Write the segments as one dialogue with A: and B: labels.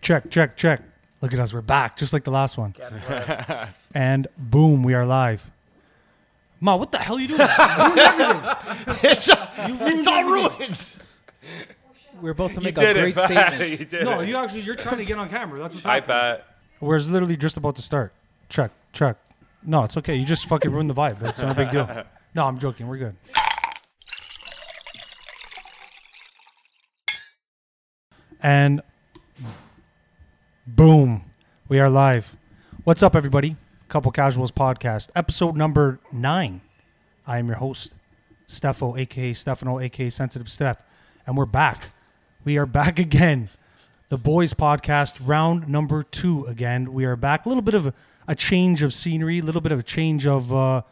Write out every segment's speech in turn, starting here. A: Check, check, check. Look at us. We're back, just like the last one. and boom, we are live. Ma, what the hell you doing?
B: it's, it's all ruined.
C: We're both to
B: You
C: make a
B: did it.
C: great
B: Pat.
C: statement.
B: You did
A: no,
B: it.
A: you actually, you're trying to get on camera. That's what's
B: Hi,
A: happening.
B: Pat.
A: We're literally just about to start. Check, check. No, it's okay. You just fucking ruined the vibe. It's not a big deal. No, I'm joking. We're good. And boom, we are live. What's up, everybody? Couple Casuals Podcast, episode number nine. I am your host, Stefo, aka Stefano, aka Sensitive Steph, and we're back. We are back again the boys podcast round number two again we are back a little bit of a, a change of scenery a little bit of a change of uh,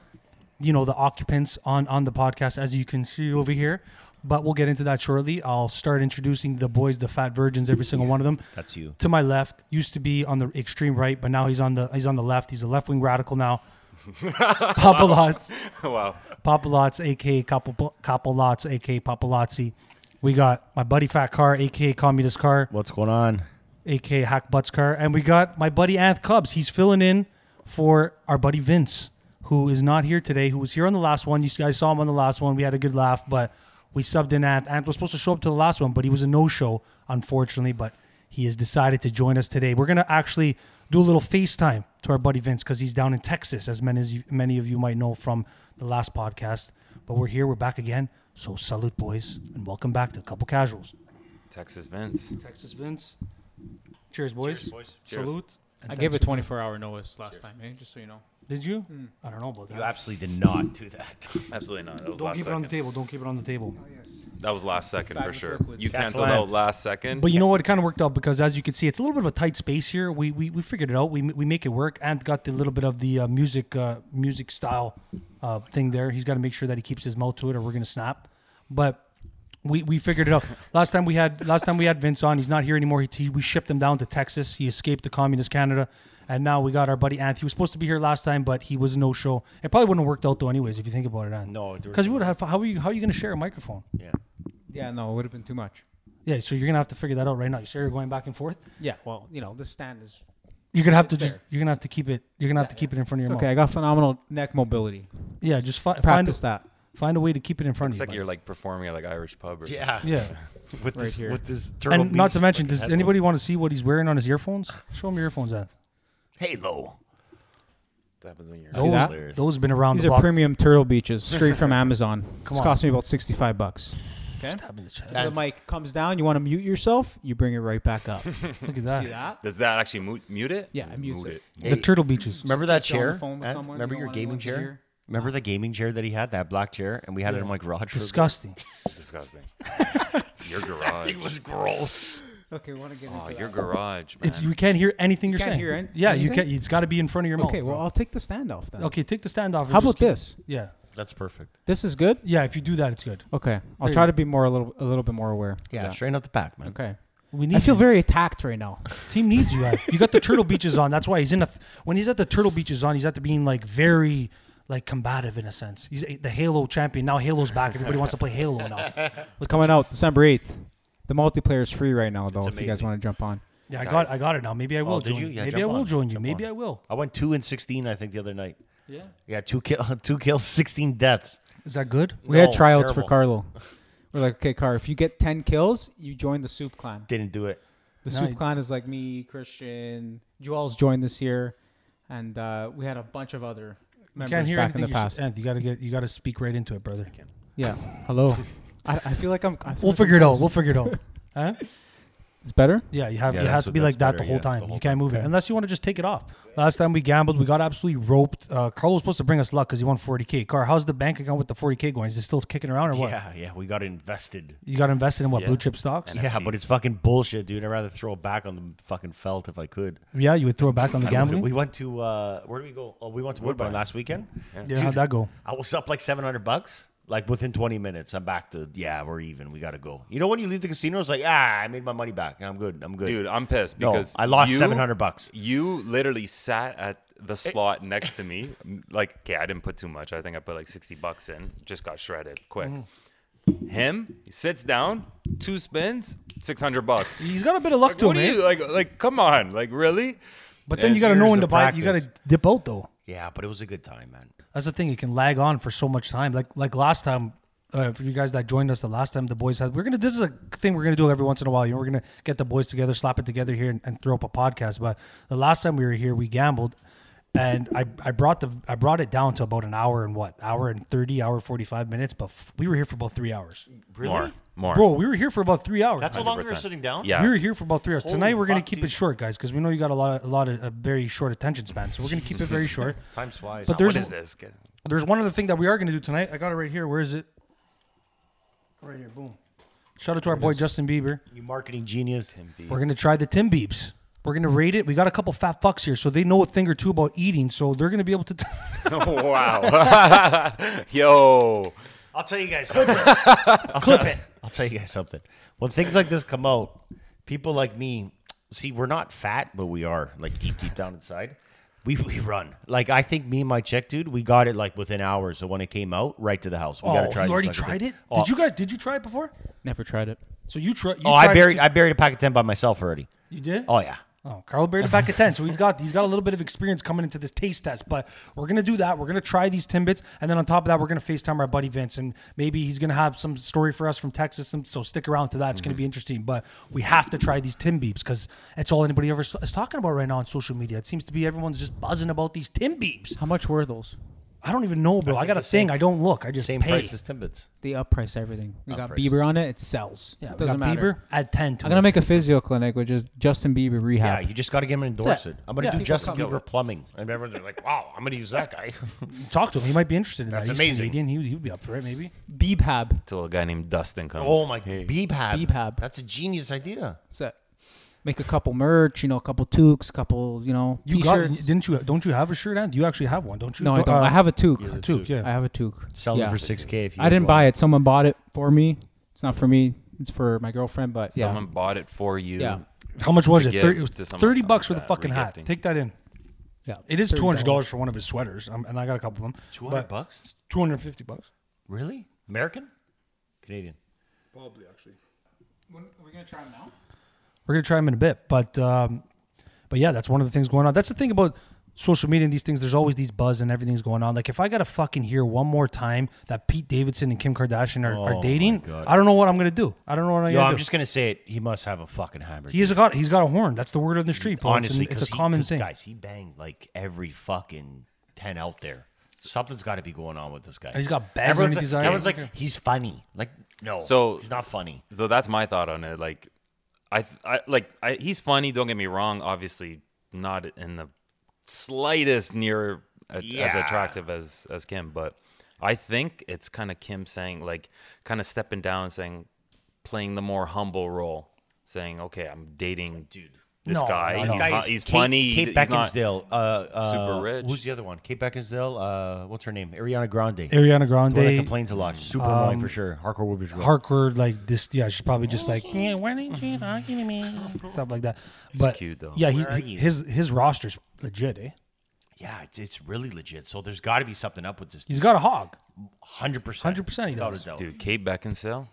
A: you know the occupants on on the podcast as you can see over here but we'll get into that shortly i'll start introducing the boys the fat virgins every single one of them
B: That's you.
A: to my left used to be on the extreme right but now he's on the he's on the left he's a left-wing radical now papa lots
B: Wow.
A: Papalots, aka Capo- Capolots, aka Papalozzi. We got my buddy Fat Car, aka Communist Car,
D: What's going on?
A: aka Hack Butts Car, and we got my buddy Anth Cubs. He's filling in for our buddy Vince, who is not here today. Who was here on the last one? You guys saw him on the last one. We had a good laugh, but we subbed in Anth. Anth was supposed to show up to the last one, but he was a no-show, unfortunately. But he has decided to join us today. We're gonna actually do a little FaceTime to our buddy Vince because he's down in Texas, as many as you, many of you might know from the last podcast. But we're here, we're back again. So salute, boys, and welcome back to Couple Casuals.
B: Texas Vince.
A: Texas Vince. Cheers, boys.
B: Cheers.
A: Salute.
C: I gave a 24 hour notice last time, eh? just so you know.
A: Did you? I don't know about that.
D: You absolutely did not do that.
B: Absolutely not. That was
A: Don't
B: last
A: keep it on the
B: second.
A: table. Don't keep it on the table.
B: That was last second for
C: with
B: sure.
C: liquids.
B: You
D: That's
B: canceled
D: live.
B: out last second.
A: But you know what? It kind of worked out because, as you can see, it's a little bit of a tight space here. We we, we figured it out. We we make it work. And got the little bit of the uh, music uh, music style uh, thing there. He's got to make sure that he keeps his mouth to it, or we're gonna snap. But we, we figured it out. last time we had last time we had Vince on. He's not here anymore. He, he- we shipped him down to Texas. He escaped to communist Canada, and now we got our buddy Ant. He was supposed to be here last time, but he was no show. It probably wouldn't have worked out though, anyways. If you think about it, Ant.
D: No, it
A: because you would have. How are you? How are you gonna share a microphone?
D: Yeah.
C: Yeah, no, it would have been too much.
A: Yeah, so you're gonna have to figure that out right now. You say you're going back and forth.
C: Yeah, well, you know, the stand is.
A: You're gonna have to
C: It's
A: just
C: there.
A: you're gonna have to keep it you're gonna have to keep it in front of
C: It's
A: your
C: okay,
A: mouth.
C: I got phenomenal neck mobility.
A: Yeah, just fi- find
C: Practice
A: a,
C: that
A: find a way to keep it in front
B: it's
A: of
B: like
A: you.
B: you're like performing at like Irish pub or
D: Yeah.
A: bud. yeah,
D: With
C: Right
D: this,
C: here.
D: with this turtle
A: and not
D: beach
A: to mention,
D: fucking
A: does
D: headphones.
A: anybody want to see what he's wearing on his earphones? Show him your earphones, at.
D: Halo.
B: That happens when you're.
C: See that?
A: Those, those have been around
C: These
A: the
C: are
A: block.
C: premium turtle beaches straight from Amazon. This
A: on.
C: cost me about 65 bucks.
A: Stab in the chest.
C: The mic comes down, you want to mute yourself, you bring it right back up. See
A: Look at that.
C: that?
B: Does that actually mute, mute it?
C: Yeah, it mutes
B: Mute
C: it.
A: The turtle beaches.
D: Remember that
C: You're on the
D: chair?
C: phone with
D: Ant?
C: someone,
D: Remember
C: you
D: your
C: don't
D: gaming
C: want anyone to
D: chair?
C: hear.
D: Remember the gaming chair that he had, that black chair, and we had it in my garage. for a bit?
A: Disgusting.
B: Disgusting. your garage.
D: It was gross.
C: Okay, we want to get
B: Oh,
C: into
B: your
C: that.
B: garage, man.
A: It's you can't hear anything you're
C: can't
A: saying.
C: hear an-
A: yeah, you
C: anything?
A: can't. It's got to be in front of your mouth.
C: Okay, well, I'll take the stand off then.
A: okay, take the stand off. and
C: How
A: just
C: about
A: keep-
C: this?
A: Yeah,
D: That's perfect.
C: This is good?
A: yeah. If you do that, it's good.
C: Okay,
A: There
C: I'll
A: you
C: try
A: go.
C: to be more a little a little bit more aware.
D: Yeah, straight out the pack, man.
C: Okay.
A: We need.
C: I feel
A: you.
C: very attacked right now.
A: Team needs you. Ad. You got the Turtle Beaches on. That's why he's in a. When he's at the Turtle Beaches on, he's at the being like very like combative in a sense. He's the Halo champion now. Halo's back. Everybody wants to play Halo now.
C: It's coming out December eighth. The multiplayer is free right now, though. If you guys
D: amazing.
C: want to jump on,
A: Yeah, I got I
B: Nice.
A: got it now. Maybe I will
D: Oh, did
A: join.
D: you?
A: You?
D: Yeah,
A: Maybe I
D: jump
A: will
D: on.
A: join you.
D: Jump
A: Maybe
D: on.
A: I will.
D: I went two and sixteen, I think, the other night.
A: Yeah.
D: Yeah, two kill, two kills, sixteen deaths.
A: Is that good?
C: we had
D: No,
C: tryouts for
D: terrible.
C: Carlo. We're like, okay, Car, if you get ten kills, you join the Soup Clan.
D: Didn't do it.
C: The
A: No, you-
C: Soup Clan is like me, Christian, Joel's joined this year, and uh, we had a bunch of other
A: You
C: members
A: can't hear
C: back in
A: anything.
C: the
A: you, s-
C: past.
A: Ant, you gotta get you gotta speak right into it, brother.
C: Yeah. Hello. I, I feel like I'm. I feel
A: We'll
C: like I'm
A: figure it out.
C: close.
A: We'll figure it out. Huh?
C: It's better.
A: Yeah, you have
D: Yeah,
A: it has
D: that's-
A: to be like
D: that's
A: that
D: better,
A: the whole
D: yeah,
A: time.
D: the whole
A: you can't move it unless you want to just take it off. Last time we gambled, we got absolutely roped. Uh, Carlo was supposed to bring us luck because he won 40k. Car, how's the bank account with the 40k going? Is it still kicking around or what?
D: Yeah, yeah, we got invested.
A: You got invested in what
B: Yeah.
A: blue chip stocks?
B: And-
D: Yeah,
B: NFT.
D: but it's fucking bullshit, dude. I'd rather throw it back on the fucking felt if I could.
A: Yeah, you would throw it back on the
D: I went-
A: gambling.
D: We went to uh, where did we go? Oh, we went to Woodbine, last weekend.
A: Yeah, how'd that go?
D: I was up like seven hundred bucks. Like within twenty minutes, I'm back to yeah, we're even. We gotta go. You know when you leave the casino, it's like ah, I made my money back. I'm good. I'm good,
B: Dude, I'm pissed
D: No,
B: because
D: I lost
B: you-
D: 700 bucks.
B: You literally sat at the slot next to me. Like, okay, I didn't put too much. I think I put like 60 bucks in. Just got shredded quick. Him, he sits down, two spins, six hundred bucks.
A: He's got a bit of luck to
B: what
A: him,
B: do
A: eh?
B: you like? Like, come on, like really?
A: But then
D: And
A: you got to
D: years
A: know when to
D: of
A: buy. You got to
D: practice.
A: dip out though.
D: Yeah, but it was a good time, man.
A: That's the thing. You can lag on for so much time. Like like last time, uh, for you guys that joined us the last time, the boys had. We're gonna. This is a thing we're gonna do every once in a while. You know, we're gonna get the boys together, slap it together here, and, and throw up a podcast. But the last time we were here, we gambled, and I I brought the I brought it down to about an hour and what hour and thirty hour forty five minutes. But f- we were here for about three hours,
D: Really?
B: More, more.
A: bro. We were here for about three hours.
D: That's how long we were
B: 100%.
D: sitting down.
B: Yeah.
A: We were here for about three hours. Tonight we're gonna
D: fuck,
A: keep it
D: dude.
A: short, guys, because we know you got a lot of, a lot of a very short attention span. So we're gonna keep it very short.
D: time flies.
A: But there's
B: What is this? Get-
A: there's one other thing that we are gonna do tonight. I got it right here. Where is it? Right here. Boom. Shout out to our boy Justin Bieber.
D: you marketing genius.
A: We're gonna try the Tim Beeps. We're gonna rate it. We got a couple fat fucks here, so they know a thing or two about eating. So they're gonna be able to. T-
B: wow. Yo.
D: I'll tell you guys something. I'll Clip it. I'll tell you guys something. When things like this come out, people like me, see, we're not fat, but we are like deep, deep down inside. We, we run. Like I think me and my check dude, we got it like within hours. So when it came out, right to the house. We gotta
A: Oh,
D: try.
A: you
D: this
A: already
D: fucking
A: tried
D: thing.
A: it?
D: Oh,
A: Did you guys? Did you try it before?
C: Never tried it.
A: So you, try, you
D: Oh,
A: tried.
D: I
A: it
D: buried.
A: too-
D: I buried a pack of ten by myself already.
A: you did.
D: Oh yeah.
A: Oh, Carl buried it back at ten, so he's got he's got a little bit of experience coming into this taste test. But we're gonna do that. We're gonna try these timbits, and then on top of that, we're gonna Facetime our buddy Vince, and maybe he's gonna have some story for us from Texas. and- So stick around to that; it's gonna
C: Mm-hmm.
A: be interesting. But we have to try these Tim Beeps because it's all anybody ever s- is talking about right now on social media. It seems to be everyone's just buzzing about these Tim Beeps.
C: How much were those?
A: I don't even know, bro. I,
D: think
A: got a
D: the same-
A: thing. I don't look. I just
D: Same
A: pay.
D: price as Timbits.
C: They upprice everything. We got
D: Upprice.
C: Bieber on it. It sells.
A: Yeah,
C: it
A: we
C: doesn't
A: got
C: matter.
A: Bieber, add ten to
C: I'm gonna
A: it.
C: make a physio clinic, which is Justin Bieber
D: Yeah,
C: rehab.
D: you just got to get him
A: That's
D: endorse
A: it.
D: it. I'm gonna
A: Yeah.
D: do
A: People
D: Justin
A: come
D: Bieber plumbing, and everyone's like, "Wow, I'm gonna use that guy."
A: talk to him. He might be interested in
D: That's
A: that. He's
D: amazing.
A: Canadian. He would, he would be up for it, maybe.
C: Beebhab.
B: Till a guy named Dustin comes.
D: oh my, Beebhab.
C: Beebhab.
D: That's a genius idea.
C: That's it. Make a couple merch. You know, a couple toques, couple. You know,
A: You got,
C: t-shirts.
A: didn't you? Don't you have a shirt on? Do you actually have one? Don't you?
C: no, I don't.
A: uh,
C: I have a toque.
D: He's a
A: Toque, yeah.
C: I have a toque.
D: Selling
C: Yeah.
D: for six k. If you
C: I didn't buy it. Someone bought it for me. It's not for me. It's for my girlfriend. But yeah,
B: Someone bought it for you.
C: Yeah.
A: How much was
B: to
A: it?
B: give
A: Thirty, it was
B: to someone
A: 30
B: like
A: bucks for the
B: that,
A: fucking hat.
B: regifting.
A: Take that in.
C: yeah.
A: It is
C: $30.
A: two hundred dollars for one of his sweaters, um, and I got a couple of them.
D: Two hundred bucks.
A: Two hundred fifty bucks.
D: Really? American? Canadian?
A: Probably actually.
C: Are we gonna try them now?
A: We're gonna try them in a bit, but um, but yeah, that's one of the things going on. That's the thing about social media and these things. There's always these buzz and everything's going on. Like if I gotta fucking hear one more time that Pete Davidson and Kim Kardashian are,
D: Oh my
A: are dating,
D: God.
A: I don't know what I'm gonna do. I don't know what I'm
D: Yo,
A: gonna
D: I'm
A: do.
D: just gonna say it. He must have a fucking hammer.
A: He has got he's got a horn. That's the word on the street. Bro. It's an-
D: honestly,
A: it's,
D: 'cause
A: a
D: he-
A: common
D: 'cause
A: thing.
D: Guys, he banged like every fucking ten out there. Something's got to be going on with this guy.
A: he's got bags underneath
D: everyone's like,
A: his eyes.
D: Everyone's like, he's funny. Like, no,
B: So-
D: he's not funny.
B: So that's my thought on it. Like, I, th- I like I, he's funny. Don't get me wrong. Obviously, not in the slightest near a, as
D: Yeah.
B: attractive as as Kim. But I think it's kind of Kim saying like, kind of stepping down, and saying, playing the more humble role, saying, okay, I'm dating
D: Dude.
B: this
A: No,
B: guy.
A: no,
B: he's
A: no.
B: hu-
D: Guys,
B: he's
D: Kate-
B: funny.
D: Kate
B: he's not-
D: Beckinsdale, uh, uh,
B: super rich.
D: Who's the other one? Kate Beckinsdale. Uh, what's her name? Ariana
A: Ariana
D: Grande. the one that
A: Grande, Um,
D: complains a lot. Super annoying for sure. Hardcore Whoopish.
A: hardcore like this. Yeah, she's probably just like, yeah, why didn't you talking to me? Stuff like that. But
B: cute, though.
A: Yeah, he,
D: Where are
A: he-
D: you?
A: his his roster's legit. Eh?
D: Yeah, it's, it's really legit. So there's got to be something up with this.
A: He's got a hog.
D: Hundred percent.
A: 100% he
D: Without
A: does.
D: a doubt.
B: dude, Kate Beckinsale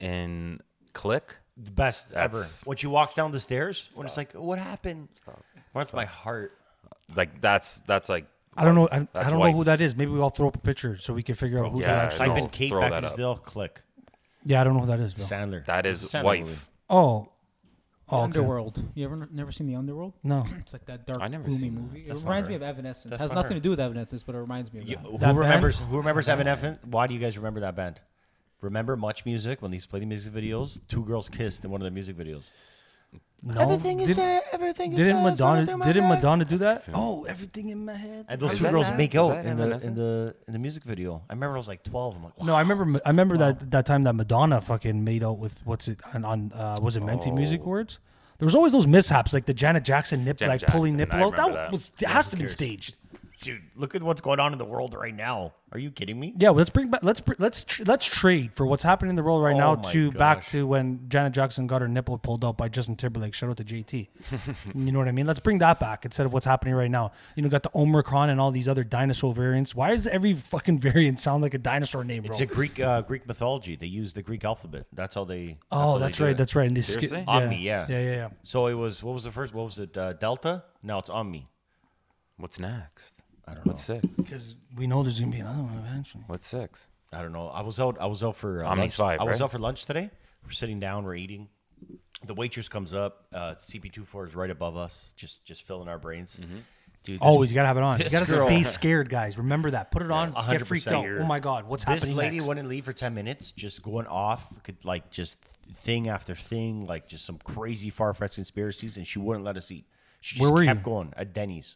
B: in Click.
D: The best
B: That's-
D: ever. When she walks down the stairs, when it's like, what happened? What's my heart?
B: Like that's that's like
A: I don't know. I, I
B: That's
A: don't
B: wife.
A: know who that is. Maybe we'll throw up a picture so we can figure out who
B: Yeah,
A: that actually.
B: I
D: Type
B: know.
D: in Kate
B: Throw that up.
D: Beckinsdale. Click.
A: Yeah, I don't know who that is. Bro.
D: Sandler.
B: that
D: It's a
B: is
D: Sandler
B: wife.
D: movie.
A: Oh,
C: The
A: oh okay.
C: Underworld. You ever never seen the Underworld?
A: No,
C: It's like that dark,
B: I never
C: gloomy
B: seen that.
C: movie.
D: That's
C: it
D: not
C: reminds me
D: her.
C: of Evanescence.
D: That's
C: has
D: not
C: nothing
D: her.
C: to do with Evanescence, but it reminds me of
D: You-
C: that.
A: That
D: who
A: band?
D: remembers? Who remembers Evanescence? Why do you guys remember that band? Remember Much Music when they used to play the music videos? Two girls kissed in one of their music videos.
A: no. Did,
D: Everything
A: didn't Madonna? Didn't Madonna do that? Oh, everything in my head.
D: And those
B: Is
D: two
B: that
D: girls
B: that-
D: make
B: is
D: out
B: that
D: in the in
B: Evanescence?
D: the in the music video. I remember I was like 12. I'm like, wow.
A: No, I remember. I remember that that time that Madonna fucking made out with what's it on? on uh, was it
B: Oh.
A: Menti Music Words? There was always those mishaps, like the Janet Jackson nip,
B: Janet
A: like pulling nipple
B: Jackson, I
A: out. That,
B: remember that.
A: was it has to be staged.
D: dude, look at what's going on in the world right now. Are you kidding me?
A: Yeah, well, let's bring back. Let's br- let's tr- let's trade for what's happening in the world right
D: Oh
A: now
D: my
A: to back
D: gosh.
A: to when Janet Jackson got her nipple pulled out by Justin Timberlake. Shout out to JT. you know what I mean? Let's bring that back instead of what's happening right now. You know, got the Omicron and all these other dinosaur variants. Why does every fucking variant sound like a dinosaur name, bro?
D: It's a Greek uh, Greek mythology. They use the Greek alphabet. That's how they.
A: oh,
D: how they
A: that's
D: do
A: right.
D: it.
A: That's right. And this
B: Seriously?
A: yeah.
D: Omni, yeah.
A: yeah, yeah, yeah.
D: So it was. What was the first? What was it? Uh, Delta. Now it's Omni.
B: What's next? I don't know. What's six?
A: Because we know there's gonna be another one eventually.
B: What's six?
D: I don't know. I was out. I was out for uh,
B: Omni's
D: lunch.
B: five,
D: I was
B: right?
D: out for lunch today. We're sitting down. We're eating. The waitress comes up. Uh, CP24 is right above us. Just just filling our brains. Dude, this-
A: Mm-hmm. Always, you gotta have it on. You
D: this
A: gotta
D: girl-
A: stay scared, guys. Remember that. Put it on. Get
D: 100%
A: freaked out.
D: here.
A: Oh my God, what's
D: This
A: happening?
D: lady
A: next?
D: wouldn't leave for ten minutes. Just going off. Could like just thing after thing. Like just some crazy far fetched conspiracies, and she wouldn't let us eat. She just
A: Where were
D: kept
A: you?
D: going at Denny's.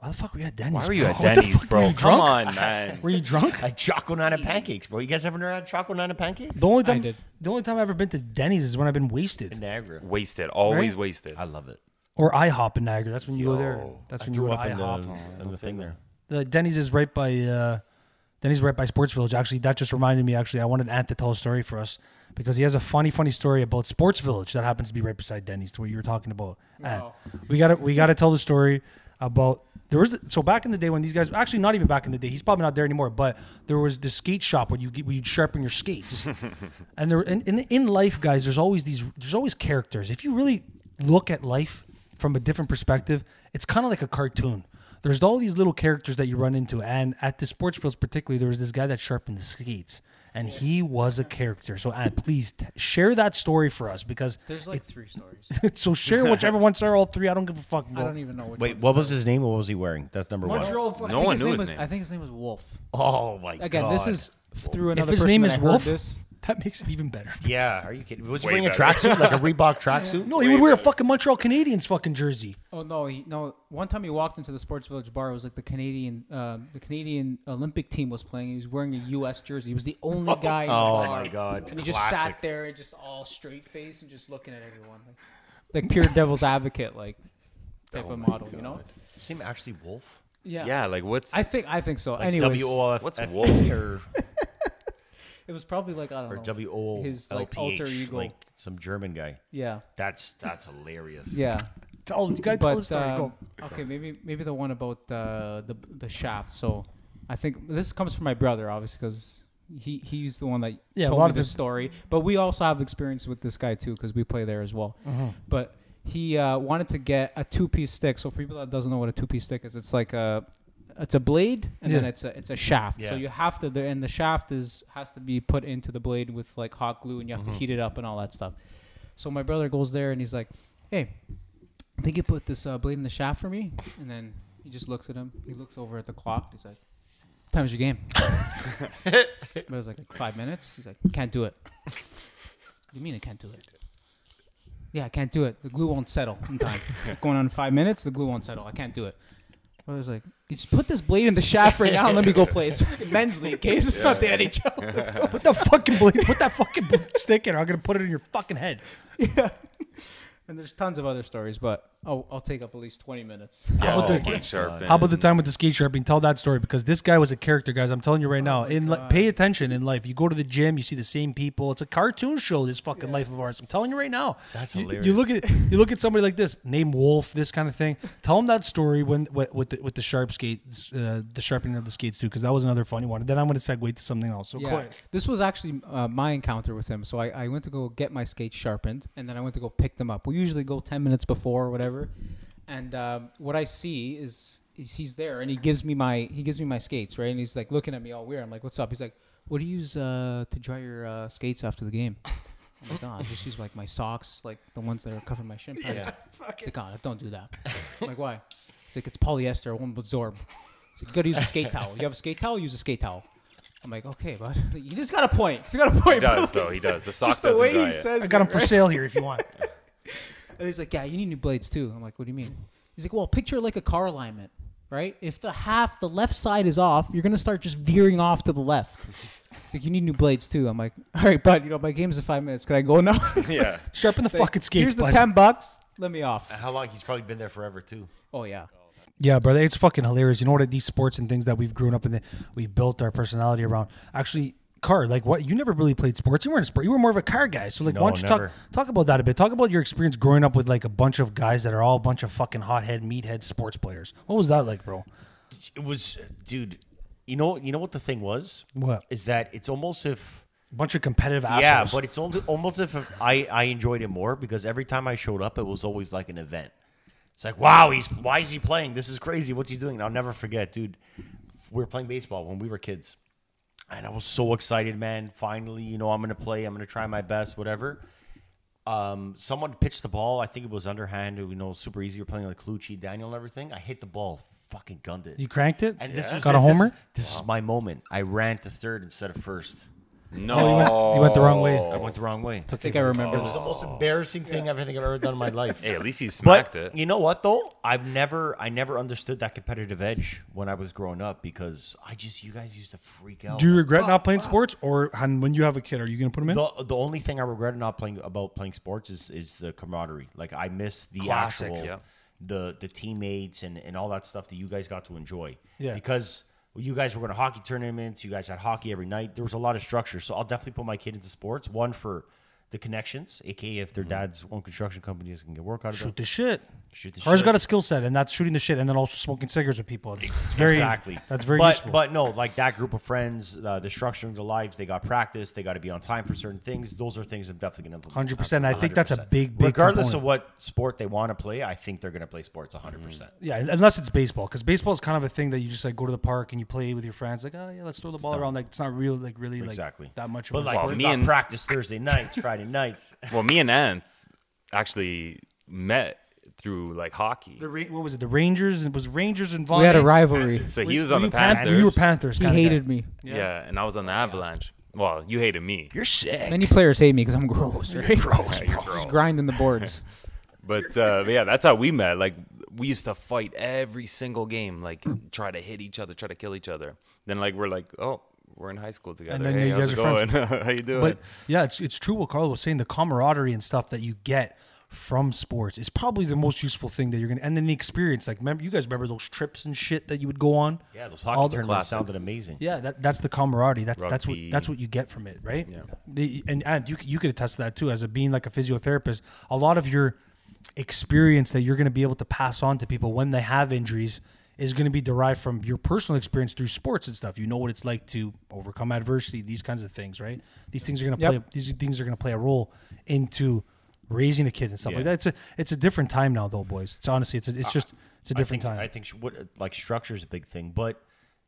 A: Why the fuck were you at Denny's?
B: Why were you
A: bro?
B: at
A: What the
B: Denny's,
A: fuck,
B: bro?
A: Were you
B: Come
A: drunk?
B: on, man.
A: Were you drunk?
D: A choco nana pancakes, bro. You guys ever had choco nana pancakes?
A: The only
C: I
A: time
C: did.
A: the only time I've ever been to Denny's is when I've been wasted
D: Niagara.
B: Wasted. Always
A: Right?
B: wasted.
D: I love it.
A: or IHOP in Niagara. That's when you go there.
D: Yo,
A: That's
D: I
A: when you
D: threw
A: go to
D: up in
A: IHOP.
D: the, in the thing there.
A: The... Denny's is right by uh, Denny's is right by Sports Village. Actually, that just reminded me. Actually, I wanted Ant to tell a story for us because he has a funny, funny story about Sports Village that happens to be right beside Denny's, to what you were talking about. Ant,
C: No.
A: we gotta we gotta tell the story about there was so back in the day when these guys actually not even back in the day he's probably not there anymore but there was the skate shop where you get where you'd sharpen your skates and there and, and in life guys there's always these there's always characters if you really look at life from a different perspective it's kind of like a cartoon there's all these little characters that you run into and at the sports fields particularly there was this guy that sharpened the skates and he was a character so Ant, please t- share that story for us because
C: There's like three stories.
A: so share whichever one, sir. All three. I don't give a fuck.
C: I
A: Bro.
C: don't even know which.
D: Wait,
C: one
D: what
C: to
D: was
C: start
D: his name? What was he wearing? That's number
C: with.
D: one.
C: Montreal? I
B: No
C: think
B: one
C: his
B: knew
C: name
B: his
C: was,
B: name.
C: I think his name was Wolf.
D: Oh my
C: Again,
D: god.
C: this is through another
A: if his
C: person
A: name
C: that
A: is
C: I heard
A: Wolf,
C: this.
A: that makes it even better.
D: Yeah, are you kidding? Was he
B: Way
D: wearing a
B: better.
D: tracksuit like a Reebok tracksuit?
A: No, he would wear a fucking Montreal Canadiens fucking jersey.
C: Oh no, he, no. One time he walked into the Sports Village bar. It was like the Canadian, uh, the Canadian Olympic team was playing. He was wearing a U.S. jersey. He was the only guy. in
D: Oh,
C: the bar.
D: my God.
C: And he just
D: Classic.
C: sat there and just all straight face and just looking at everyone, like, like pure devil's advocate, like type
D: Oh,
C: of model, you know?
D: His name actually Wolf.
C: Yeah.
B: yeah, like what's
C: I think I think so.
D: Like
C: Anyways,
D: W O F.
B: What's
D: F-
B: Wolf?
D: or
C: it was probably like I don't
D: or
C: know.
D: W O
C: um, His
D: L
C: like
D: P
C: alter
D: H?
C: ego.
D: Like some German guy.
C: yeah.
D: That's that's hilarious.
C: Yeah.
A: Tell you gotta tell the
C: but
A: story.
C: um,
A: Go.
C: okay, maybe maybe the one about uh, the the shaft. So I think this comes from my brother, obviously, because he he's the one that
A: Yeah, a
C: told
A: lot
C: me
A: of
C: this
A: his-
C: story. But we also have experience with this guy too, because we play there as well. But he uh, wanted to get a two piece stick. So for people that doesn't know what a two piece stick is, it's like a it's a blade and then
A: Yeah.
C: it's a it's a shaft. So
D: Yeah.
C: you have to the, and the shaft is has to be put into the blade with like hot glue and you have to heat it up and all that stuff. So my brother goes there and he's like, "Hey, I think you put this uh, blade in the shaft for me." And then he just looks at him. He looks over at the clock. He's like, "What "Time is your game?" but I was like, like, five minutes." He's like, "Can't do it." What do you mean I can't do it? Yeah, I can't do it. The glue won't settle in time. Going on five minutes, the glue won't settle. I can't do it. Brother's like, you just put this blade in the shaft right now and let me go play. It's fucking men's league, okay? It's not the NHL. Let's go.
A: Put that fucking blade, put that fucking blade stick in. Or I'm gonna put it in your fucking head.
C: Yeah. And there's tons of other stories, but I'll, I'll take up at least 20 minutes.
B: yeah,
A: about the-
B: skin sharpened.
A: How about the time with the skate sharpening? Tell that story because this guy was a character, guys. I'm telling you right now. In li- pay attention in life. You go to the gym, you see the same people. It's a cartoon show. This fucking life of ours. I'm telling you right now.
D: That's
A: You- You
D: hilarious.
A: look at you look at somebody like this, name Wolf, this kind of thing. Tell him that story when with with the, with the sharp skates, uh, the sharpening of the skates too, because that was another funny one. And then I'm gonna segue to something else. So go ahead.
C: This was actually uh, my encounter with him. So I, I went to go get my skates sharpened, and then I went to go pick them up. We usually go 10 minutes before or whatever. And um, what I see is, is he's there, and he gives me my he gives me my skates, right? And he's like looking at me all weird. I'm like, "What's up?" He's like, "What do you use uh, to dry your uh, skates after the game?" I'm like, "Oh, I just use like my socks, like the ones that are covering my shin pads." It's like, "God, don't do that." I'm like, "Why?" It's like it's polyester, it won't absorb. It's like, you gotta use a skate towel. You have a skate towel, use a skate towel. I'm like, okay, bud. You just got a point. He's got a point.
B: He
C: bro."
B: does though. He does. The sock
C: just the
B: doesn't
C: way
B: dry
C: he
B: it.
C: says
A: I got
C: it,
A: them for sale here if you want.
C: and he's like, yeah, you need new blades too. I'm like, what do you mean? He's like, well, picture like a car alignment, right? If the half, the left side is off, you're gonna start just veering off to the left. He's like, you need new blades too. I'm like, all right, bud. You know, my game's in five minutes. Can I go now?
B: Yeah.
A: Sharpen the fucking skates,
C: Here's the
A: bud.
C: ten bucks. Let me off.
D: How long? He's probably been there forever too.
C: Oh yeah.
A: Yeah, brother, it's fucking hilarious. You know what? These sports and things that we've grown up in, the, we built our personality around. Actually, car, like what? You never really played sports. You weren't a sport. You were more of a car guy. So, like,
D: No,
A: why don't you
D: never.
A: talk talk about that a bit? Talk about your experience growing up with like a bunch of guys that are all a bunch of fucking hothead, meathead sports players. What was that like, bro?
D: It was, dude. You know, you know what the thing was?
A: What?
D: is that? It's almost if.
A: A bunch of competitive assholes.
D: Yeah, but it's almost, almost if I, I enjoyed it more because every time I showed up, it was always like an event. It's like, wow, he's why is he playing? This is crazy. What's he doing? And I'll never forget, dude. We were playing baseball when we were kids, and I was so excited, man. Finally, you know, I'm gonna play. I'm gonna try my best, whatever. Um, someone pitched the ball. I think it was underhand. You know, super easy. You're playing like Colucci, Daniel, and everything. I hit the ball, fucking gunned it.
A: you cranked it.
D: and this was
A: got
D: it.
A: a
D: This-
A: homer.
D: This, is my moment. I ran to third instead of first.
B: No,
A: You went the wrong way.
D: I went the wrong way.
C: I think I remember
D: It was
C: this.
D: the most embarrassing thing I think I've ever done in my life.
B: Hey, at least he smacked
D: But
B: it.
D: you know what though? I've never I never understood that competitive edge when I was growing up because I just you guys used to freak out.
A: Do you regret not playing sports, or hun, when you have a kid, are you gonna put them in?
D: the, the only thing I regret not playing about playing sports is is the camaraderie. Like I miss the
B: Classic,
D: actual
B: yeah.
D: the the teammates and, and all that stuff that you guys got to enjoy.
A: Yeah.
D: Because you guys were going to hockey tournaments, you guys had hockey every night. There was a lot of structure. So I'll definitely put my kid into sports. One for the connections, aka if their dad's own construction companies can get work out of them.
A: Shoot the shit.
D: Shoot the
A: Car's
D: shit.
A: got a skill set, and that's shooting the shit, and then also smoking cigarettes with people. It's, it's very
D: exactly.
A: That's very
D: but,
A: useful.
D: But no, like that group of friends, uh, the structure of their lives, they got practice, they got to be on time for certain things. Those are things I'm definitely going to implement.
A: 100%. I think that's a
D: 100%.
A: big, big
D: Regardless
A: component.
D: of what sport they want to play, I think they're going to play sports 100%. percent
A: Yeah, unless it's baseball, because baseball is kind of a thing that you just like go to the park and you play with your friends. Like, oh yeah, let's throw the ball around. Like, it's not real, like really, like
D: Exactly.
A: that much. Of
D: But
A: a-
D: like,
B: Well,
D: we
B: me
D: got
B: and-
D: practice Thursday nights, Friday nights.
B: Well, me and Anth actually met through like hockey.
A: the Ra- what was it? The Rangers and was it Rangers and
C: We had a rivalry.
B: So he was on the
A: you Pan-
B: Panthers.
A: You were Panthers.
C: He
A: kinda guy.
C: hated me.
B: Yeah. and I was on the Avalanche. Well, you hated me. You're sick.
C: Many players hate me because I'm gross, right? Gross, Just grinding the boards.
B: But, uh, but yeah, that's how we met. Like we used to fight every single game, like try to hit each other, try to kill each other. Then like we're like, oh, we're in high school together.
A: then
B: hey,
A: you guys
B: how's it
A: are
B: going?
A: friends.
B: how you doing?
A: But yeah, it's it's true what Carlo was saying. The camaraderie and stuff that you get from sports is probably the most useful thing that you're gonna. And then the experience. Like, remember you guys remember those trips and shit that you would go on?
D: Yeah, those
A: All
D: hockey
A: the-
D: tournaments
B: classic.
D: sounded amazing.
A: Yeah, that, that's the camaraderie. That's that's what
B: Rugby.
A: that's what you get from it, right? Yeah. The, and and you c- you could attest to that too, as a being like a physiotherapist. A lot of your experience that you're going to be able to pass on to people when they have injuries is going to be derived from your personal experience through sports and stuff. You know what it's like to overcome adversity, these kinds of things, right? These things are going to
C: Yep.
A: play. These things are going to play a role into raising a kid and stuff like that. It's a it's a different time now, though, boys. It's honestly, it's a, it's just it's a different
D: I think,
A: time.
D: I think sh- what, like structure is a big thing, but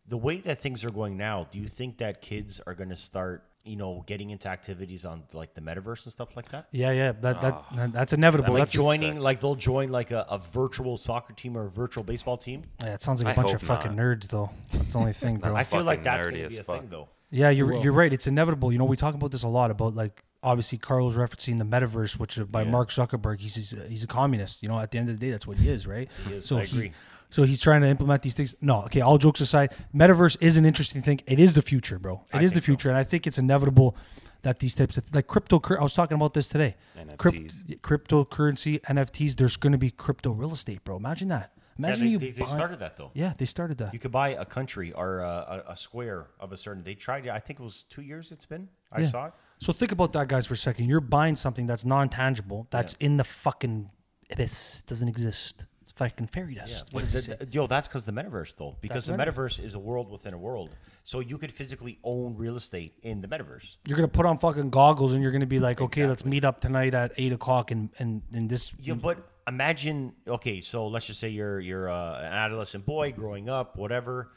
D: the way that things are going now, do you think that kids are going to start, you know, getting into activities on like the metaverse and stuff like that?
A: yeah, yeah, that, that, that's inevitable.
D: like
A: that's
D: joining, like they'll join like a, a virtual soccer team or a virtual baseball team.
A: Yeah, it sounds like a
B: I
A: bunch of
B: hope
A: fucking
B: not.
A: nerds, though. That's the only thing, bro.
D: I feel like
B: fucking
D: that's
B: nerdy
D: going to
B: as
D: be a
B: fuck.
D: thing, though.
A: yeah, you're you're right. It's inevitable. You know, we talk about this a lot about like obviously Carl's referencing the metaverse, which uh, by Mark Zuckerberg, he's he's a, he's a communist. You know, at the end of the day, that's what he is, right? so
D: I
A: he-
D: agree.
A: so he's trying to implement these things. No, okay. All jokes aside, metaverse is an interesting thing. It is the future, bro. It is the future, and I think it's inevitable that these types of like crypto. I was talking about this today. Cryp-
B: NFTs.
A: cryptocurrency, NFTs. There's going to be crypto real estate, bro. Imagine that.
D: Yeah,
A: Imagine
D: they,
A: you.
D: they- they
A: buy-
D: started that though.
A: yeah, they started that.
D: You could buy a country or uh, a, a, a square of a certain. They tried. I think it was two years. It's been. I
A: Yeah.
D: saw it.
A: So think about that, guys, for a second. You're buying something that's non-tangible, that's in the fucking abyss, doesn't exist. It's fucking fairy dust. What does it say?
D: Th- th- Yo, that's because the metaverse though, because the
A: That's
D: metaverse is a world within a world. So you could physically own real estate in the metaverse.
A: You're gonna put on fucking goggles and you're gonna be like, okay, let's meet up tonight at eight o'clock and and in this.
D: Yeah, but imagine. Okay, so let's just say you're you're uh, an adolescent boy growing up, whatever.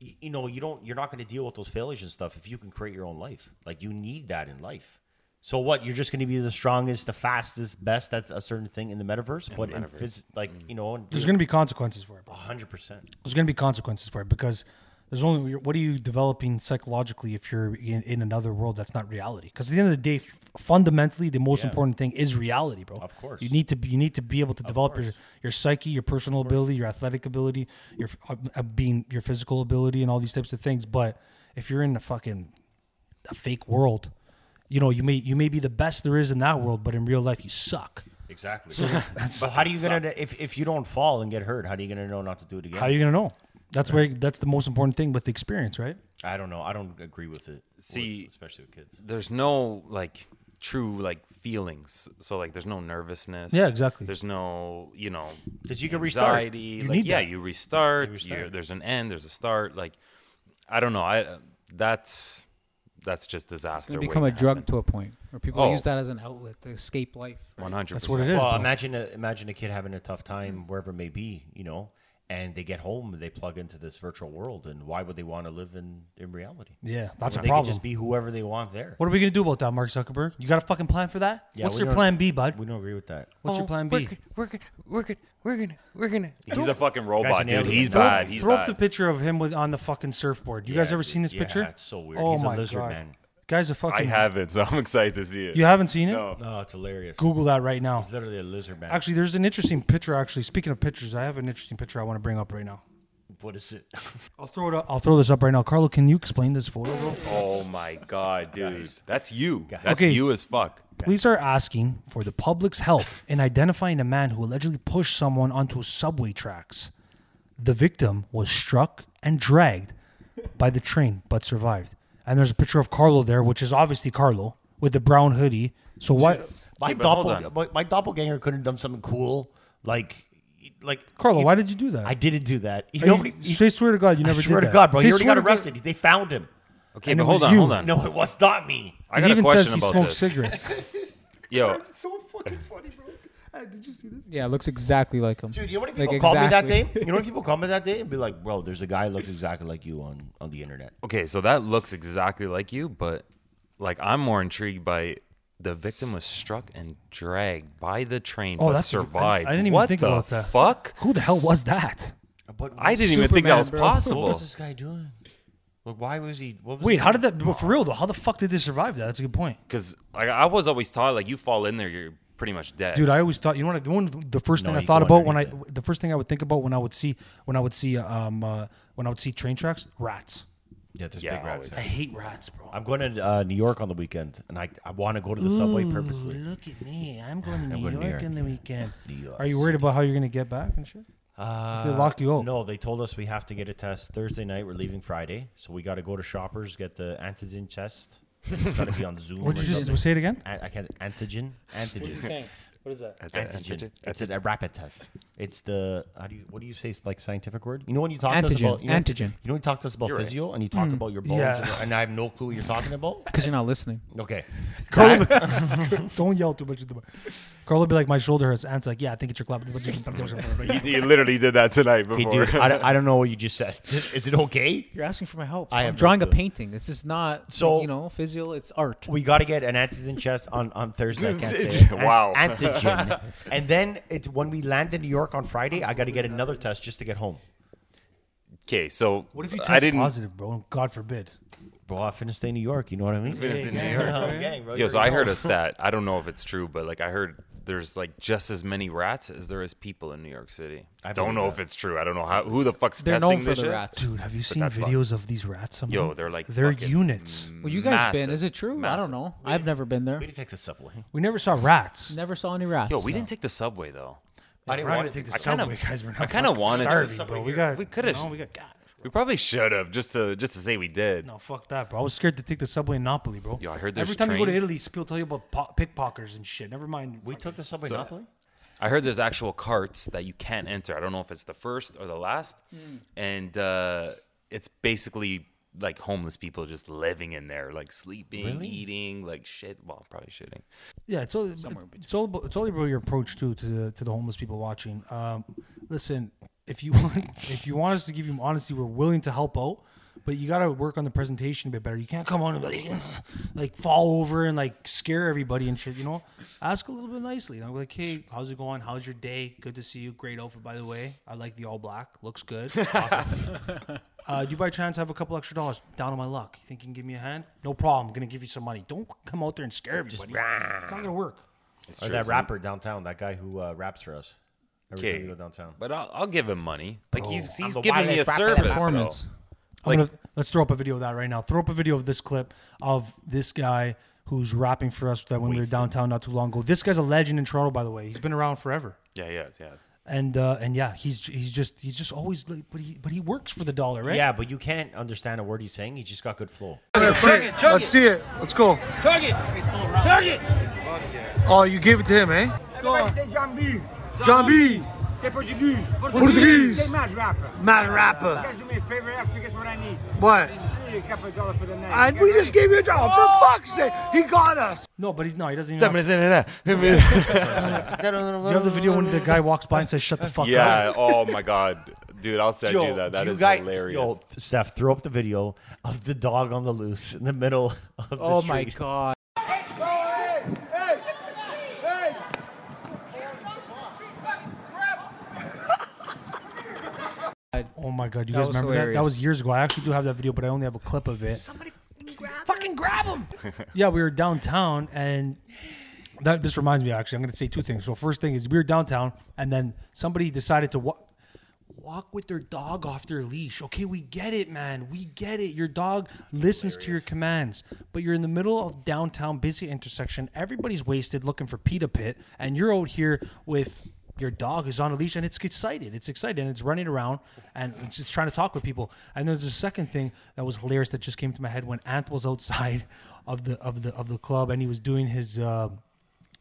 D: You, you know, you don't. You're not going to deal with those failures and stuff if you can create your own life. Like you need that in life. So what? You're just going to be the strongest, the fastest, best. That's a certain thing in the metaverse. Mm. but in phys- like you know,
A: There's gonna be consequences for it. Bro.
D: hundred percent.
A: There's gonna be consequences for it because there's only what are you developing psychologically if you're in, in another world that's not reality? Because at the end of the day, f- fundamentally, the most important thing is reality, bro.
D: Of course.
A: you need to be, you need to be able to develop your your psyche, your personal ability, your athletic ability, your f- uh, uh, being your physical ability, and all these types of things. But if you're in a fucking a fake world, you know you may you may be the best there is in that world, but in real life you suck.
D: Exactly. but how do you gonna if, if you don't fall and get hurt? How do you gonna know not to do it again?
A: How are you gonna know? That's where that's the most important thing with the experience, right?
D: I don't know. I don't agree with it. with-
B: See-
D: especially with kids.
B: there's no like true like feelings. So like there's no nervousness.
A: Yeah, exactly.
B: There's no you know
D: Because you can restart.
B: anxiety.
A: You
B: like,
A: need
B: yeah,
A: that.
B: you restart.
D: restart.
B: You're, there's an end. There's a start. Like I don't know. I that's that's just disaster.
C: It's gonna become a drug to a point where people
B: Oh.
C: use that as an outlet to escape life.
B: One hundred.
A: That's what it is.
D: Well,
A: bro.
D: imagine a, imagine a kid having a tough time wherever it may be, you know, and they get home, they plug into this virtual world, and why would they want to live in in reality?
A: Yeah, that's a
D: they
A: problem.
D: can just be whoever they want there.
A: what are we gonna do about that, Mark Zuckerberg? You got a fucking plan for that?
D: Yeah,
A: What's
D: we
A: your
D: don't-
A: plan B, bud?
D: We don't agree with that.
A: What's your plan B?
B: We're gonna, we're gonna, we're gonna, we're gonna. He's a fucking robot,
D: an
B: dude.
D: alien.
B: He's
A: Throw,
B: bad. He's
A: throw up the
B: bad.
A: picture of him with on the fucking surfboard. You guys
D: Yeah,
A: ever seen this
D: yeah,
A: picture?
D: it's so weird.
A: Oh
D: He's a
A: my
D: lizard
A: God.
D: man.
A: Guys are
B: I
A: fucking.
B: have it, so I'm excited to see it.
A: You haven't seen it?
B: No.
D: No, Oh, it's hilarious.
A: Google that right now.
D: He's literally a lizard man.
A: Actually, there's an interesting picture. Actually, speaking of pictures, I have an interesting picture I want to bring up right now.
D: what is it?
A: I'll throw it. Up, I'll throw this up right now. Carlo, can you explain this photo? Bro?
B: Oh my god, dude. That's you. That's
A: Okay.
B: you as fuck.
A: Police are asking for the public's help in identifying a man who allegedly pushed someone onto subway tracks. The victim was struck and dragged by the train but survived. And there's a picture of Carlo there, which is obviously Carlo with the brown hoodie. So why?
D: My,
B: but hold
D: doppel,
B: on.
D: my, my doppelganger couldn't have done something cool, like like
A: Carlo,
D: he-
A: why did you do that?
D: I didn't do that. He-
A: Are
D: nobody-
A: you, say swear to God, you
D: I
A: never
D: swear
A: did that.
D: to God, bro,
A: Say
D: he already
A: swear
D: got
A: to God.
D: arrested. They found him.
B: Okay,
A: And
B: but
A: it
B: hold
A: was
B: on,
A: you.
B: hold on.
D: No, it was not me.
B: I
A: It
B: got a
A: even says
B: question
A: he
B: about
A: smoked
B: this.
A: cigarettes.
B: Yo,
C: so fucking funny, bro. did you see this? Yeah, it looks exactly like him.
D: Dude, you know what
C: Like,
D: people call me that
C: exactly.
D: day? You know what people call me that day and be like, "Bro, there's a guy who looks exactly like you on on the internet."
B: okay, so that looks exactly like you, but like I'm more intrigued by the victim was struck and dragged by the train
A: Oh,
B: but
A: that's- I-
B: survived.
A: I didn't even
B: what
A: think
B: the
A: about that.
B: Fuck?
A: Who the hell was that?
D: But
B: I didn't even think that
C: Superman,
B: was
C: bro.
D: What
B: possible.
D: was this guy doing? Like, why was he? What was
A: Wait,
D: he
A: how did
D: doing?
A: that? But for real though, how the fuck did they survive that? That's a good point,
B: Because like I was always taught like you fall in there, you're pretty much dead.
A: dude. I always thought you know what? I, the one, the first
D: No,
A: thing I
D: you
A: thought
D: go
A: about when I
D: underneath
A: the first thing I would think about when I would see when I would see um uh, when I would see train tracks, rats.
D: Yeah, there's
B: Yeah,
D: big rats.
B: always.
A: I hate rats, bro.
D: I'm going to uh, New York on the weekend, and I I want to go to the subway purposely.
A: Look at me. I'm going to
D: New going to New York York. on
A: the weekend.
D: New
A: Are you
D: York
A: worried about how you're going to get back and shit? they lock you
D: Uh,
A: up.
D: No, they told us we have to get a test Thursday night. We're leaving Friday, so we got to go to Shoppers get the antigen test. It's got to be on Zoom.
A: Would
D: or
A: you just
D: something.
A: say it again?
D: An- I can't antigen antigen
A: What is that?
B: At the- at the-
D: antigen. It's a, a rapid test. It's the how do you what do you say it's like scientific word? You know when you talk to us
C: Antigen.
D: about you know,
C: Antigen.
D: You know when you talk to us about
B: You're right.
D: physio and you talk about your bones
A: Yeah.
D: and, and I have no clue what you're talking about.
C: Because you're not listening.
D: Okay,
A: Don't yell too much at the mic. Carl would be like, my shoulder hurts. Ant's like, yeah, I think it's your club.
B: You, you literally did that tonight
D: okay,
B: before.
D: dude, I, don't- I don't know what you just said. Is it okay?
C: You're asking for my help.
D: I
C: I am
D: have no
C: drawing a
D: clue.
C: painting. This is not
D: So-
C: so you know physio. It's art.
D: We got to get an antigen test on on Thursday. I can't say it. An-
B: Wow.
D: antigen. and then it's when we land in New York on Friday. I got to get another test just to get home.
B: okay, so
A: What if you
B: I
A: test
B: didn't
A: positive, bro? God forbid.
D: Bro, I finna stay in New York. You know what I mean?
B: finish in New York.
D: Yeah, gang, bro,
B: Yo,
D: you're
B: so I
D: right.
B: heard a stat. I don't know if it's true, but like I heard there's like just as many rats as there is people in New York City. I
D: I
B: don't
D: believe
B: know
D: that.
B: if it's true. I don't know how who the fuck's
C: They're
B: testing
C: known for
B: this
C: the
B: shit.
C: rats.
A: Dude, have you seen
B: that's fun.
A: videos of these rats? somehow?
B: Yo, they're like
A: they're
B: fucking mm.
A: units.
C: Well, you guys
B: massive,
C: been? Is it true? I
B: massive.
C: don't know. I've never been there.
D: We need to take the subway.
A: We never saw rats.
C: Never saw any rats.
B: Yo, we didn't take the subway though.
D: I didn't
A: We're not
D: want
A: gonna
D: to take
A: take
D: the
A: the
B: I kind
A: subway,
B: of
A: guys. We're not
B: I kind of
A: fucking
B: wanted
A: starving,
B: to.
A: bro. We got.
B: We coulda-
A: No, we got. God,
B: We probably should have just to just to say we did.
A: no, fuck that, bro. I was scared to take the subway in Napoli, bro.
B: Yo, I heard
A: every
B: there's
A: time you go to
B: trains.
A: Italy, people tell you about po- pickpockers and shit. Never mind.
D: We took the subway.
B: So-
D: Napoli?
B: I heard there's actual carts that you can't enter. I don't know if it's the first or the last,
C: Hmm.
B: and uh, it's basically like homeless people just living in there, like sleeping, eating, like shit. Well, probably shitting.
A: Yeah, it's all it's all about, it's all about your approach too to the to the homeless people watching. Um, listen, if you want if you want us to give you honesty, we're willing to help out, but you got to work on the presentation a bit better. You can't come on and like, like fall over and like scare everybody and shit. You know, ask a little bit nicely. I'm like, hey, how's it going? How's your day? Good to see you. Great outfit, by the way. I like the all black. Looks good. Awesome. uh, do you by chance have a couple extra dollars? Down on my luck. You think you can give me a hand? No problem. I'm gonna give you some money. Don't come out there and scare everybody. it's not gonna work.
B: It's
D: Or
B: true,
D: that
B: isn't it?
D: rapper downtown, that guy who uh, raps for us. Every time
B: Okay.
D: we go downtown.
B: But I'll, I'll give him money. Like he's
D: Oh, I'm
B: he's
D: the
B: giving me a
D: wildest rapper
B: service.
C: Performance.
B: though. Like
A: I'm gonna, let's throw up a video of that right now. Throw up a video of this clip of this guy who's rapping for us that when we were downtown not too long ago. This guy's a legend in Toronto, by the way. He's been around forever.
B: Yeah, yes, yes.
A: And uh, and yeah, he's he's just he's just always like, but he but he works for the dollar, right?
D: Yeah, but you can't understand a word he's saying. He just got good flow.
E: Let's see it. Let's see it. Let's go.
F: Chug it! Chug it!
E: Oh, you gave it to him, eh?
F: C'est Jambi.
E: John B,
F: C'est portugais.
E: Portuguese.
F: C'est mad rapper.
E: mad rapper.
F: Guys, do me a favor after. Guess what I need?
E: What?
F: I need a couple of dollars for the night.
E: And we just gave you a job. For fuck's sake, he got us.
A: No, but he, no, he doesn't. Even have, do you have the
D: Joe,
A: video when the guy walks by and says, "Shut the fuck up"?
B: Yeah. Oh my god, dude, I'll send you that. That
D: you
B: is
D: guys-
B: hilarious.
D: Yo, Steph, throw up the video of the dog on the loose in the middle of the
C: Oh
D: street.
C: my god.
A: Oh my god, you
C: That
A: guys
C: was
A: remember that? That
C: hilarious.
A: was years ago. I actually do have that video, but I only have a clip of it. Somebody fucking grab him! yeah, we were downtown, and that this reminds me. Actually, I'm going to say two things. So first thing is we were downtown, and then somebody decided to walk walk with their dog off their leash. Okay, we get it, man. We get it. Your dog listens to your commands. But you're in the middle of downtown busy intersection. Everybody's wasted looking for pita pit, and you're out here with your dog who's on a leash and it's excited. It's excited and it's running around and it's just trying to talk with people. And there's a second thing that was hilarious that just came to my head when Ant was outside of the of the of the club and he was doing his uh,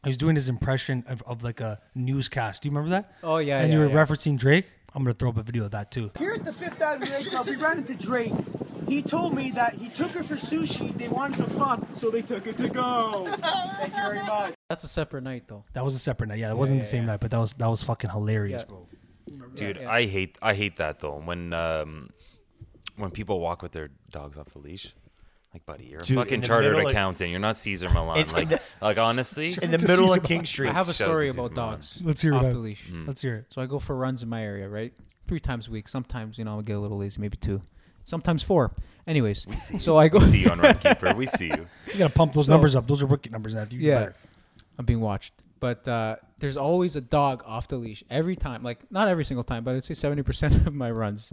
A: he was doing his impression of, of like a newscast. Do you remember that?
C: Oh, yeah,
A: And
C: yeah,
A: you were
C: yeah.
A: referencing Drake. I'm gonna throw up a video of that too.
F: Here at the Fifth Avenue Club, we ran into Drake. He told me that he took her for sushi. They wanted to fuck, so they took her to go. Thank you very much.
C: That's a separate night though.
A: That was a separate night. Yeah, it wasn't the same night, but that was that was fucking hilarious,
C: Yeah.
A: bro.
B: dude i hate i hate that though when um when people walk with their dogs off the leash like buddy you're a
D: Dude, in
B: fucking
D: the
B: chartered
D: middle, like-
B: accountant you're not caesar milan
D: In- in
B: like
D: the-
B: like honestly
D: In the middle of King Street.
C: I have a
B: Shout out
C: story
B: to season
C: about
B: one.
C: dogs.
A: Let's hear it,
C: off
A: man.
C: the leash.
A: Let's hear it.
C: So I go for runs in my area, right? Three times a week. Sometimes, you know, I'll get a little lazy, maybe two. Sometimes four. Anyways, so I go.
B: see you on runkeeper we see you
A: You gotta pump those numbers up. Those are rookie numbers, Anthony. You
C: Yeah.
A: better.
C: I'm being watched. But uh, there's always a dog off the leash every time. Like, not every single time, but I'd say 70% of my runs.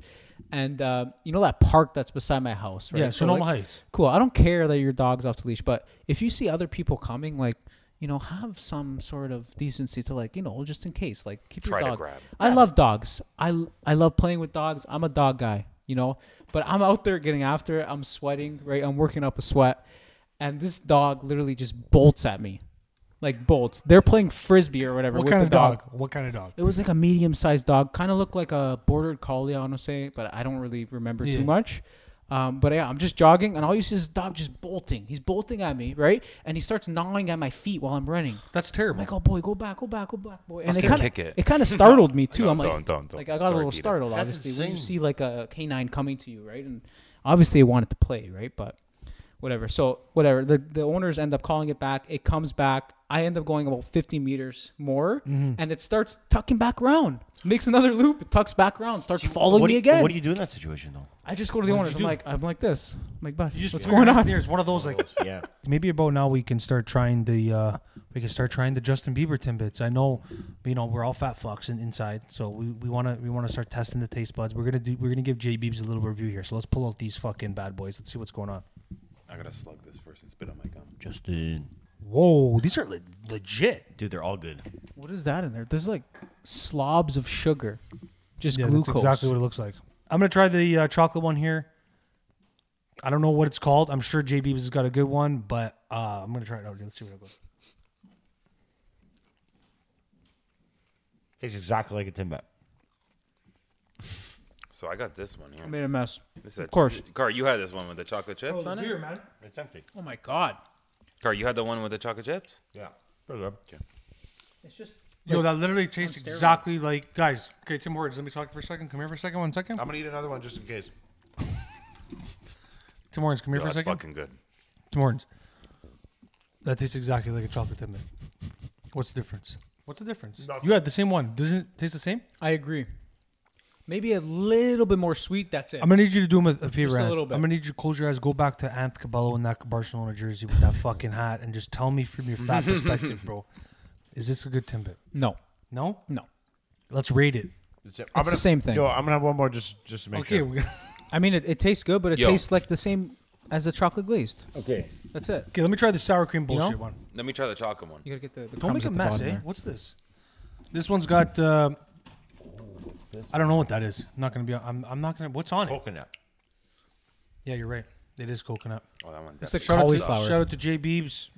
C: And uh, you know that park that's beside my house, right?
A: Yeah, Sonoma
C: like,
A: Heights.
C: Cool. I don't care that your dog's off the leash, but if you see other people coming, like, you know, have some sort of decency to, like, you know, just in case, like, keep
B: Try to
C: your dog.
B: grab.
C: I love dogs. I, I love playing with dogs. I'm a dog guy, you know, but I'm out there getting after it. I'm sweating, right? I'm working up a sweat. And this dog literally just bolts at me like bolts. They're playing frisbee or whatever.
A: What
C: with
A: kind
C: the
A: of dog? What kind of dog?
C: It was like a medium-sized dog, kind of looked like a border collie, I want to say, but I don't really remember
A: Yeah.
C: too much. Um, but yeah, I'm just jogging, and all you see is this dog just bolting. He's bolting at me, right? And he starts gnawing at my feet while I'm running.
A: That's terrible.
C: I'm like, oh boy, go back, go back, go back, boy. And
B: Fucking
C: kinda,
B: kick it.
C: kind of startled me too.
B: No,
C: I'm like,
B: don't, don't, don't.
C: like I got
B: Sorry,
C: a little
B: Peter.
C: startled,
D: That's
C: obviously. When you
D: insane.
C: see like a canine coming to you, right? And obviously it wanted to play, right? But whatever. So whatever. The the owners end up calling it back. It comes back. I end up going about 50 meters more,
D: Mm-hmm.
C: and it starts tucking back around. Makes another loop. It tucks back around. Starts following
D: what
C: me
D: do you,
C: again.
D: What do you do in that situation, though?
C: I just go to the owners. I'm like, I'm like this. I'm like, bud,
A: You just-
C: what's going on?
A: There's one of those like
D: Yeah.
A: maybe about now we can start trying the uh, we can start trying the Justin Bieber timbits. I know, you know, we're all fat fucks in, inside, so we, we wanna we wanna start testing the taste buds. We're gonna do we're gonna give J Biebs a little review here. So let's pull out these fucking bad boys. Let's see what's going on.
B: i gotta slug this first and spit on my gum
D: Justin.
A: Whoa, these are le- legit.
D: Dude, they're all good.
C: What is that in there? There's like slobs of sugar, just
A: Yeah,
C: glucose.
A: that's exactly what it looks like. I'm gonna try the uh, chocolate one here. I don't know what it's called. I'm sure J Biebs has got a good one, but uh, I'm gonna try it out. Let's see what it goes.
D: Tastes exactly like a Timbit.
B: so i got this one
C: I
B: here
C: made a mess.
B: this is a-
C: Of course.
B: car you had this one with the chocolate chips on it
A: man.
D: It's empty.
C: Oh my god.
B: car you had the one with the chocolate chips
D: Yeah. Pretty good.
C: It's just
A: Yo, that literally tastes exactly like guys. Okay, Tim Hortons, let me talk for a second. Come here for a second, one second.
D: going to eat another one just in case.
A: Tim Hortons, come here
B: Yo,
A: for a
B: that's
A: second.
B: fucking good
A: Tim Hortons. That tastes exactly like a chocolate Timbit. What's the difference? What's the difference? You had the same one. Doesn't it taste the same?
C: I agree. Maybe a little bit more sweet. That's it.
A: I'm gonna need you to do him a, a favor.
C: Just a
A: Anth.
C: little bit.
A: I'm gonna need you to close your eyes, go back to Anth Cabello in that Barcelona jersey with that fucking hat, and just tell me from your fat perspective, bro. Is this a good Timbit?
C: no,
A: No.
C: no.
A: Let's rate it.
D: It's, I'm
C: the same thing.
D: Yo, I'm going to have one more just, just to make
A: Okay.
D: sure.
A: we-
C: I mean, it, it tastes good, but it
B: Yo.
C: tastes like the same as a chocolate glazed.
D: Okay.
C: That's it.
A: Okay, let me try the sour cream
C: know?
A: bullshit one.
B: Let me try the chocolate one.
C: You gotta get the. the
A: Don't make
C: crumbs
A: a
C: at the
A: mess,
C: bottom
A: eh?
C: there.
A: What's this? This one's got. Uh, I don't know what that is. I'm not gonna be. I'm. I'm not gonna. What's on it?
D: Coconut.
A: Yeah, you're right. It is coconut.
B: Oh, that one.
C: It's like
B: definitely
A: out,
B: sucks.
C: Cauliflower.
A: to, shout out to J Beebs.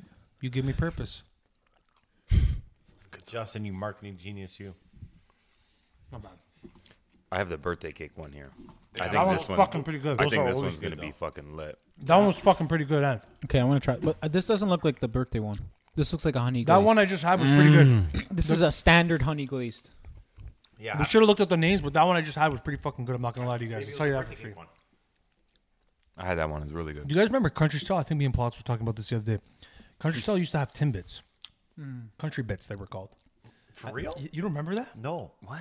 A: You give me purpose.
D: Justin, you marketing genius, you.
B: I have the birthday cake one here. I
A: That
B: think
A: one's
B: this one.
A: fucking pretty good.
B: I
A: Those
B: think
D: are
B: this
D: always
B: one's gonna
D: good,
B: be
D: though.
B: fucking lit.
A: That one's fucking pretty good. Eh?
C: Okay, I want to try. But uh, this doesn't look like the birthday one. This looks like a honey.
A: That
C: glazed.
A: one I just had was pretty good.
C: This is a standard honey glazed.
D: Yeah.
A: We should have looked at the names, but that one I just had was pretty fucking good. I'm not gonna lie to you guys. I'll tell you that for free.
B: I had that one. It's really good.
A: Do you guys remember Country Style? I think me and Plots were talking about this the other day. Country Style used to have Timbits. Country Bits, they were called.
C: Uh,
D: For real?
A: You, you remember that?
D: No.
B: What?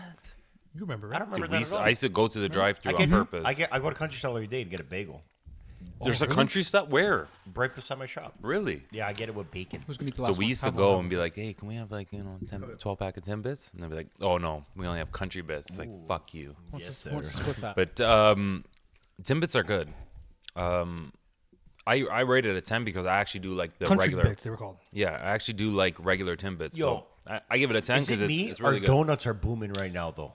A: You remember, right?
D: I don't remember
B: Dude,
D: that
B: we
D: at
B: used,
D: all.
B: I used to go to the drive-through
D: I
B: on
D: get,
B: purpose.
D: I, get, I go to Country Style every day to get a bagel
B: There's a country stuff. Where?
D: right beside my shop.
B: Really?
D: Yeah, I get it with bacon.
C: Who's gonna eat the
B: So
C: last
B: we
C: one?
B: used to
C: Have
B: go
C: one.
B: and be like, "Hey, can we have like you know 10, 12 pack of ten bits?" And they'd be like, "Oh no, we only have country bits." It's like fuck you.
D: Yes,
C: Wants to split that.
B: But um, Timbits are good. Um, I I rate it a ten because I actually do like the
A: Country
B: regular.
A: Bits, they were called.
B: Yeah, I actually do like regular Timbits.
D: Yo.
B: so I, I give it a ten
D: Is
B: because
D: it
B: it's,
D: me
B: it's really
D: or
B: good.
D: donuts are booming right now though?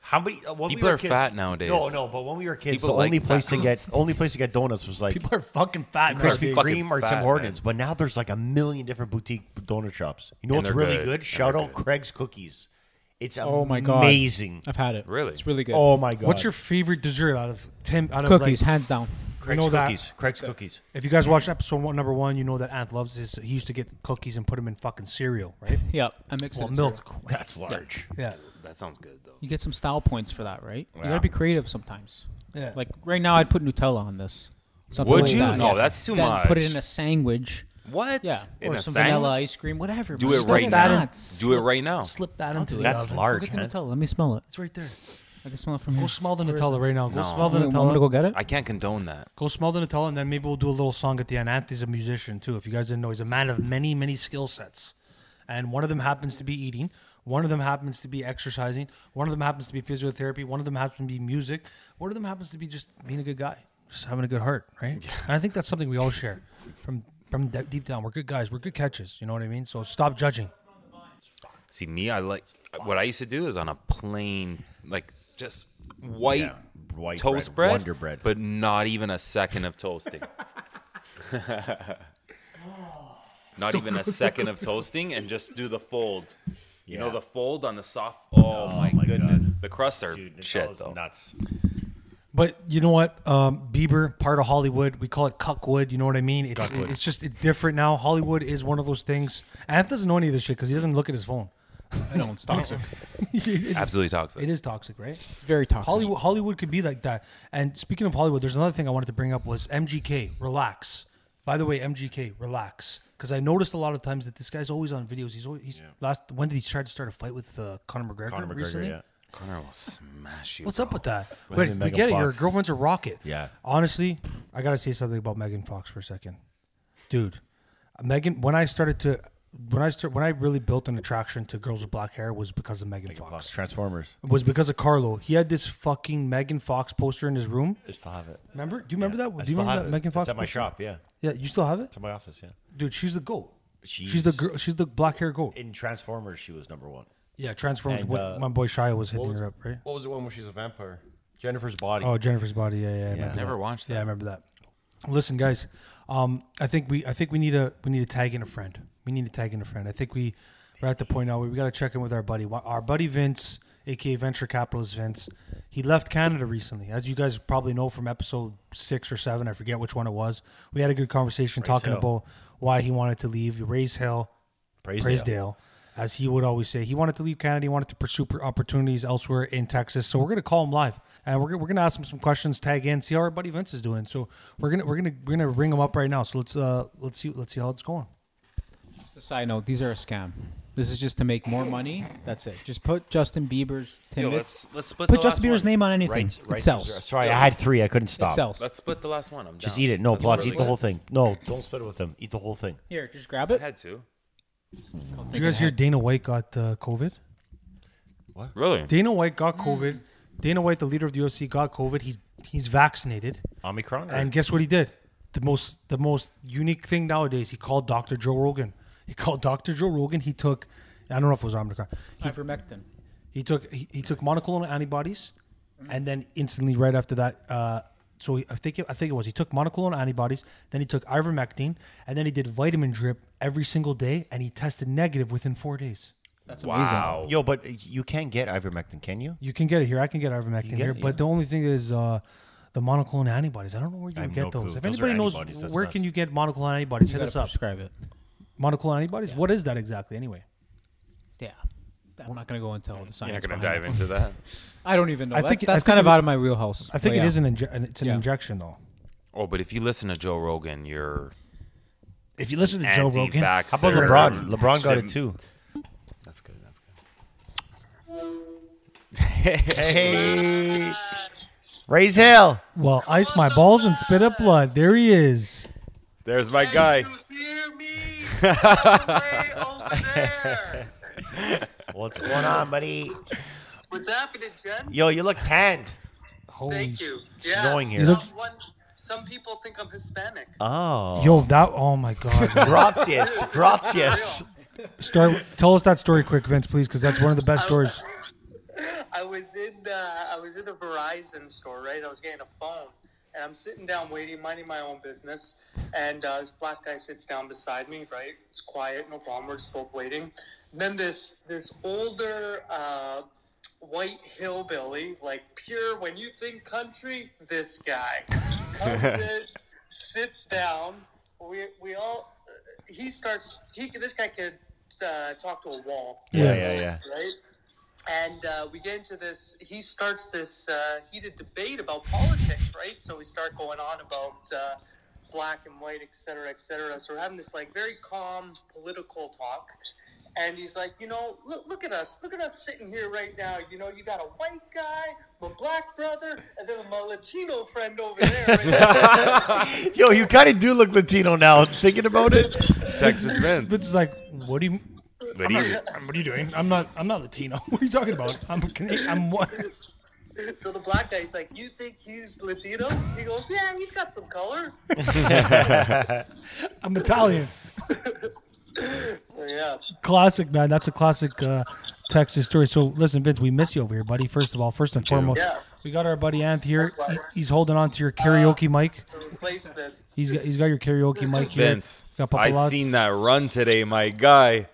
D: How many? uh, when we
B: People
D: were
B: are
D: kids-
B: fat nowadays.
D: No, no. But when we were kids,
B: People
D: the
B: like
D: only
B: fat
D: place to
B: donuts.
D: get only place to get donuts was like
A: People are fucking fat.
B: People are
A: nowadays.
B: fucking
D: Cream or
B: fat,
D: Tim
B: man.
D: Hortons. But now there's like a million different boutique donut shops. You know
B: And
D: what's
B: they're
D: really
B: good.
D: good?
B: And
D: Shout
B: they're
D: out
B: good.
D: Craig's Cookies. It's
C: Oh my god.
D: amazing.
C: I've had it.
B: Really?
C: It's really good.
D: Oh my god.
A: What's your favorite dessert out of Tim? Out of
C: cookies,
A: like,
C: hands down.
D: Craig's
A: know that.
D: Cookies? Craig's Cookies.
A: If you guys watched episode one, number one, you know that Anth loves his. He used to get cookies and put them in fucking cereal, right?
C: Yep. I mix
A: well,
C: it. in
A: milk.
C: syrup.
D: That's large.
A: Yeah.
B: That sounds good though.
C: You get some style points for that, right? You
B: Yeah.
C: gotta be creative sometimes.
A: Yeah.
C: Like right now, I'd put Nutella on this. Something
B: Would
C: like
B: you?
C: that,
B: No,
C: yeah.
B: that's too
C: then
B: much.
C: Put it in a sandwich.
B: What?
C: Yeah,
B: In
C: or
B: a
C: some
B: sandwich?
C: vanilla ice cream, whatever.
B: Do
C: man.
B: it
C: Just
B: right
C: let
A: that
B: now.
A: in.
C: nuts.
B: Do it right now.
A: Slip that into the
D: That's
A: oven.
C: Go
D: large,
C: get the
D: man.
C: Nutella. Let me smell it.
A: It's right there.
C: I can smell it from here.
A: Go smell the Nutella right now. Go smell the
C: I'm gonna
A: Nutella.
C: go get it.
B: I can't condone that.
A: Go smell the Nutella, and then maybe we'll do a little song at the end. Anthony's a musician too. If you guys didn't know, he's a man of many, many skill sets, and one of them happens to be eating. One of them happens to be exercising. One of them happens to be physiotherapy. One of them happens to be music. One of them happens to be just being a good guy, just having a good heart, right? And I think that's something we all share from from de- deep down. We're good guys. We're good catches. You know what I mean? So stop judging.
B: See me, I like what I used to do is on a plain, like just white,
D: Yeah, white
B: toast bread,
D: bread, Wonder Bread.
B: but not even a second of toasting. not even a second of toasting, and just do the fold. You know
D: Yeah.
B: the fold on the soft. Oh, my,
D: my
B: goodness, the crusts are
D: Dude,
B: shit
D: Nutella's
B: though.
D: nuts.
A: But you know what? Um, Bieber, part of Hollywood, we call it Cuckwood. You know what I mean? It's it's just it's different now. Hollywood is one of those things. Anth doesn't know any of this shit because he doesn't look at his phone.
C: I don't. It's toxic.
B: Absolutely toxic.
A: It is toxic, right?
C: It's very toxic.
A: Hollywood Hollywood could be like that. And speaking of Hollywood, there's another thing I wanted to bring up was MGK. Relax. By the way, MGK, relax. Because I noticed a lot of times that this guy's always on videos. He's always he's last. When did he try to start a fight with uh, Conor McGregor?
D: Conor McGregor.
A: recently?
D: Yeah.
B: Connor will smash you.
A: What's up
B: bro.
A: with that?
D: With him
A: But
D: and
A: we
D: Megan
A: get it. Your
D: Fox.
A: girlfriend's a rocket.
D: Yeah.
A: Honestly, I gotta say something about Megan Fox for a second, dude. Megan, when I started to, when I start, when I really built an attraction to girls with black hair was because of Megan, Fox.
D: Fox Transformers.
A: Was because of Carlo. He had this fucking Megan Fox poster in his room.
D: I still have it.
A: Remember? Do you remember that?
D: I
A: one? Do you
D: still
A: remember
D: have
A: that
D: it.
A: Megan Fox?
D: It's at my
A: poster?
D: shop. Yeah,
A: Yeah, you still have it,
D: it's at my office. Yeah.
A: dude. She's the goat.
D: She's,
A: She's the girl. She's the black hair goat.
D: in Transformers. She was number one.
A: Yeah, Transformers.
D: And,
A: when-
D: uh,
A: my boy Shia was hitting
G: was-
A: her up, right?
G: What was the one where she's a vampire? Jennifer's body.
A: Oh, Jennifer's Body. Yeah, yeah. I remember
B: never
A: that.
B: watched
A: Yeah, I
B: that.
A: remember that. Listen, guys, um, I think we I think we need a we need to tag in a friend. We need to tag in a friend. I think we we're at the point now where we got to check in with our buddy, Wha- our buddy Vince, aka venture capitalist Vince. He left Canada recently, as you guys probably know from episode six or seven. I forget which one it was. We had a good conversation talking
D: Hill.
A: about why he wanted to leave. Raise Hill,
D: Praise,
A: Dale, as he would always say. He wanted to leave Canada. He wanted to pursue per- opportunities elsewhere in Texas. So we're going to call him live, and we're, gonna- we're going to ask him some questions, tag in, see how our buddy Vince is doing. So we're gonna we're gonna we're gonna ring him up right now. So let's uh let's see let's see how it's going.
C: Just a side note: these are a scam. This is just to make more money. That's it. Just put Justin Bieber's
B: Yo,
C: Timbits.
B: let's let's split.
C: put
B: the
C: Justin
B: last
C: Bieber's
B: one.
C: name on anything.
D: Right, right.
C: it sells.
D: Sorry, I had three. I couldn't stop.
C: It sells.
B: Let's split the last one. I'm
D: Just
B: down.
D: eat it. No,
B: That's
D: plots.
B: really
D: Eat the whole
B: good.
D: thing. No, don't split it with them. Eat the whole thing.
C: Here, just grab
B: I
C: it.
B: had to.
A: Did you guys hear Dana White got uh, COVID?
B: Really?
A: Dana White got COVID. Dana White, the leader of the UFC, got COVID. He's he's vaccinated,
D: Omicron. or-
A: and guess what he did? the most the most unique thing nowadays. He called Dr. Joe Rogan. He called Dr. Joe Rogan. He took I don't know if it was Omicron. He,
C: Ivermectin.
A: he took he, he took monoclonal antibodies, and then instantly right after that, uh, so he, I think it, I think it was he took monoclonal antibodies, then he took ivermectin, and then he did vitamin drip every single day, and he tested negative within four days.
C: That's amazing.
B: Wow.
D: Yo, but you can't get ivermectin, can you?
A: You can get it here. I can get ivermectin
D: get
A: here,
D: it,
A: but
D: yeah.
A: the only thing is uh, the monoclonal antibodies. I don't know where you
D: have
A: would get
D: no clue.
A: those. If
D: Those are
A: anybody knows
D: antibodies, that's
A: where
D: nuts.
A: can you get monoclonal antibodies,
C: You
A: hit
C: gotta
A: us up.
C: prescribe it.
A: Monoclonal antibodies. What is that exactly, anyway?
C: Yeah. I'm not gonna go into all the science.
B: You're not gonna
C: behind
B: dive
C: it.
B: into that.
C: I don't even know.
A: I
C: that's
A: think it-
C: that's
A: I think
C: kind of
A: it-
C: out of my wheelhouse.
A: I think
C: but
A: it
C: yeah.
A: is an inje- an it's an
C: Yeah.
A: injection though.
B: Oh, but if you listen to Joe Rogan, you're
A: If you listen to Joe Rogan,
B: How
D: How about LeBron? LeBron got it too.
B: That's good. That's good.
D: Hey, raise hell.
A: well, ice my balls and spit up blood. There he is.
B: There's my guy.
D: What's going on, buddy?
H: What's happening, Jen?
D: Yo, you look tanned.
A: Holy
H: Thank you.
D: it's snowing here.
A: You look-
H: Um, one, some people think I'm Hispanic.
D: Oh,
A: Yo, that oh my god.
D: gracias, gracias.
A: Start tell us that story quick, Vince, please, because that's one of the best stories.
H: I was in uh, I was in a Verizon store, right? I was getting a phone, and I'm sitting down waiting, minding my own business, and uh, this black guy sits down beside me, right? It's quiet, no problem. We're just both waiting. And then this this older uh, white hillbilly, like pure when you think country, this guy comes in, sits down. We we all he starts he this guy could uh, talk to a wall
D: Yeah, yeah, yeah.
H: right? And uh, we get into this. He starts this uh, heated debate about politics, right? So we start going on about uh, black and white, et cetera, et cetera. So we're having this like very calm political talk. And he's like, you know, look, look at us, look at us sitting here right now. You know, you got a white guy, my black brother, and then my Latino friend over there. Right?
D: Yo, you kind of do look Latino now. Thinking about it,
B: Texas Vince.
A: Vince is like, what do you
B: But he,
A: what are you doing? I'm not I'm not Latino. What are you talking about? I'm Canadian. I'm what?
H: so the black guy's like, you think he's Latino? He goes, yeah, he's got some color.
A: I'm Italian.
H: yeah.
A: Classic, man. That's a classic uh, Texas story. So listen, Vince, we miss you over here, buddy. First of all, first and foremost,
H: Yeah.
A: we got our buddy Anth here. He- he's holding on to your karaoke mic.
H: The replacement.
A: He's got, he's got your karaoke mic here.
B: Vince.
A: You got
B: I
A: Papalots.
B: seen that run today, my guy.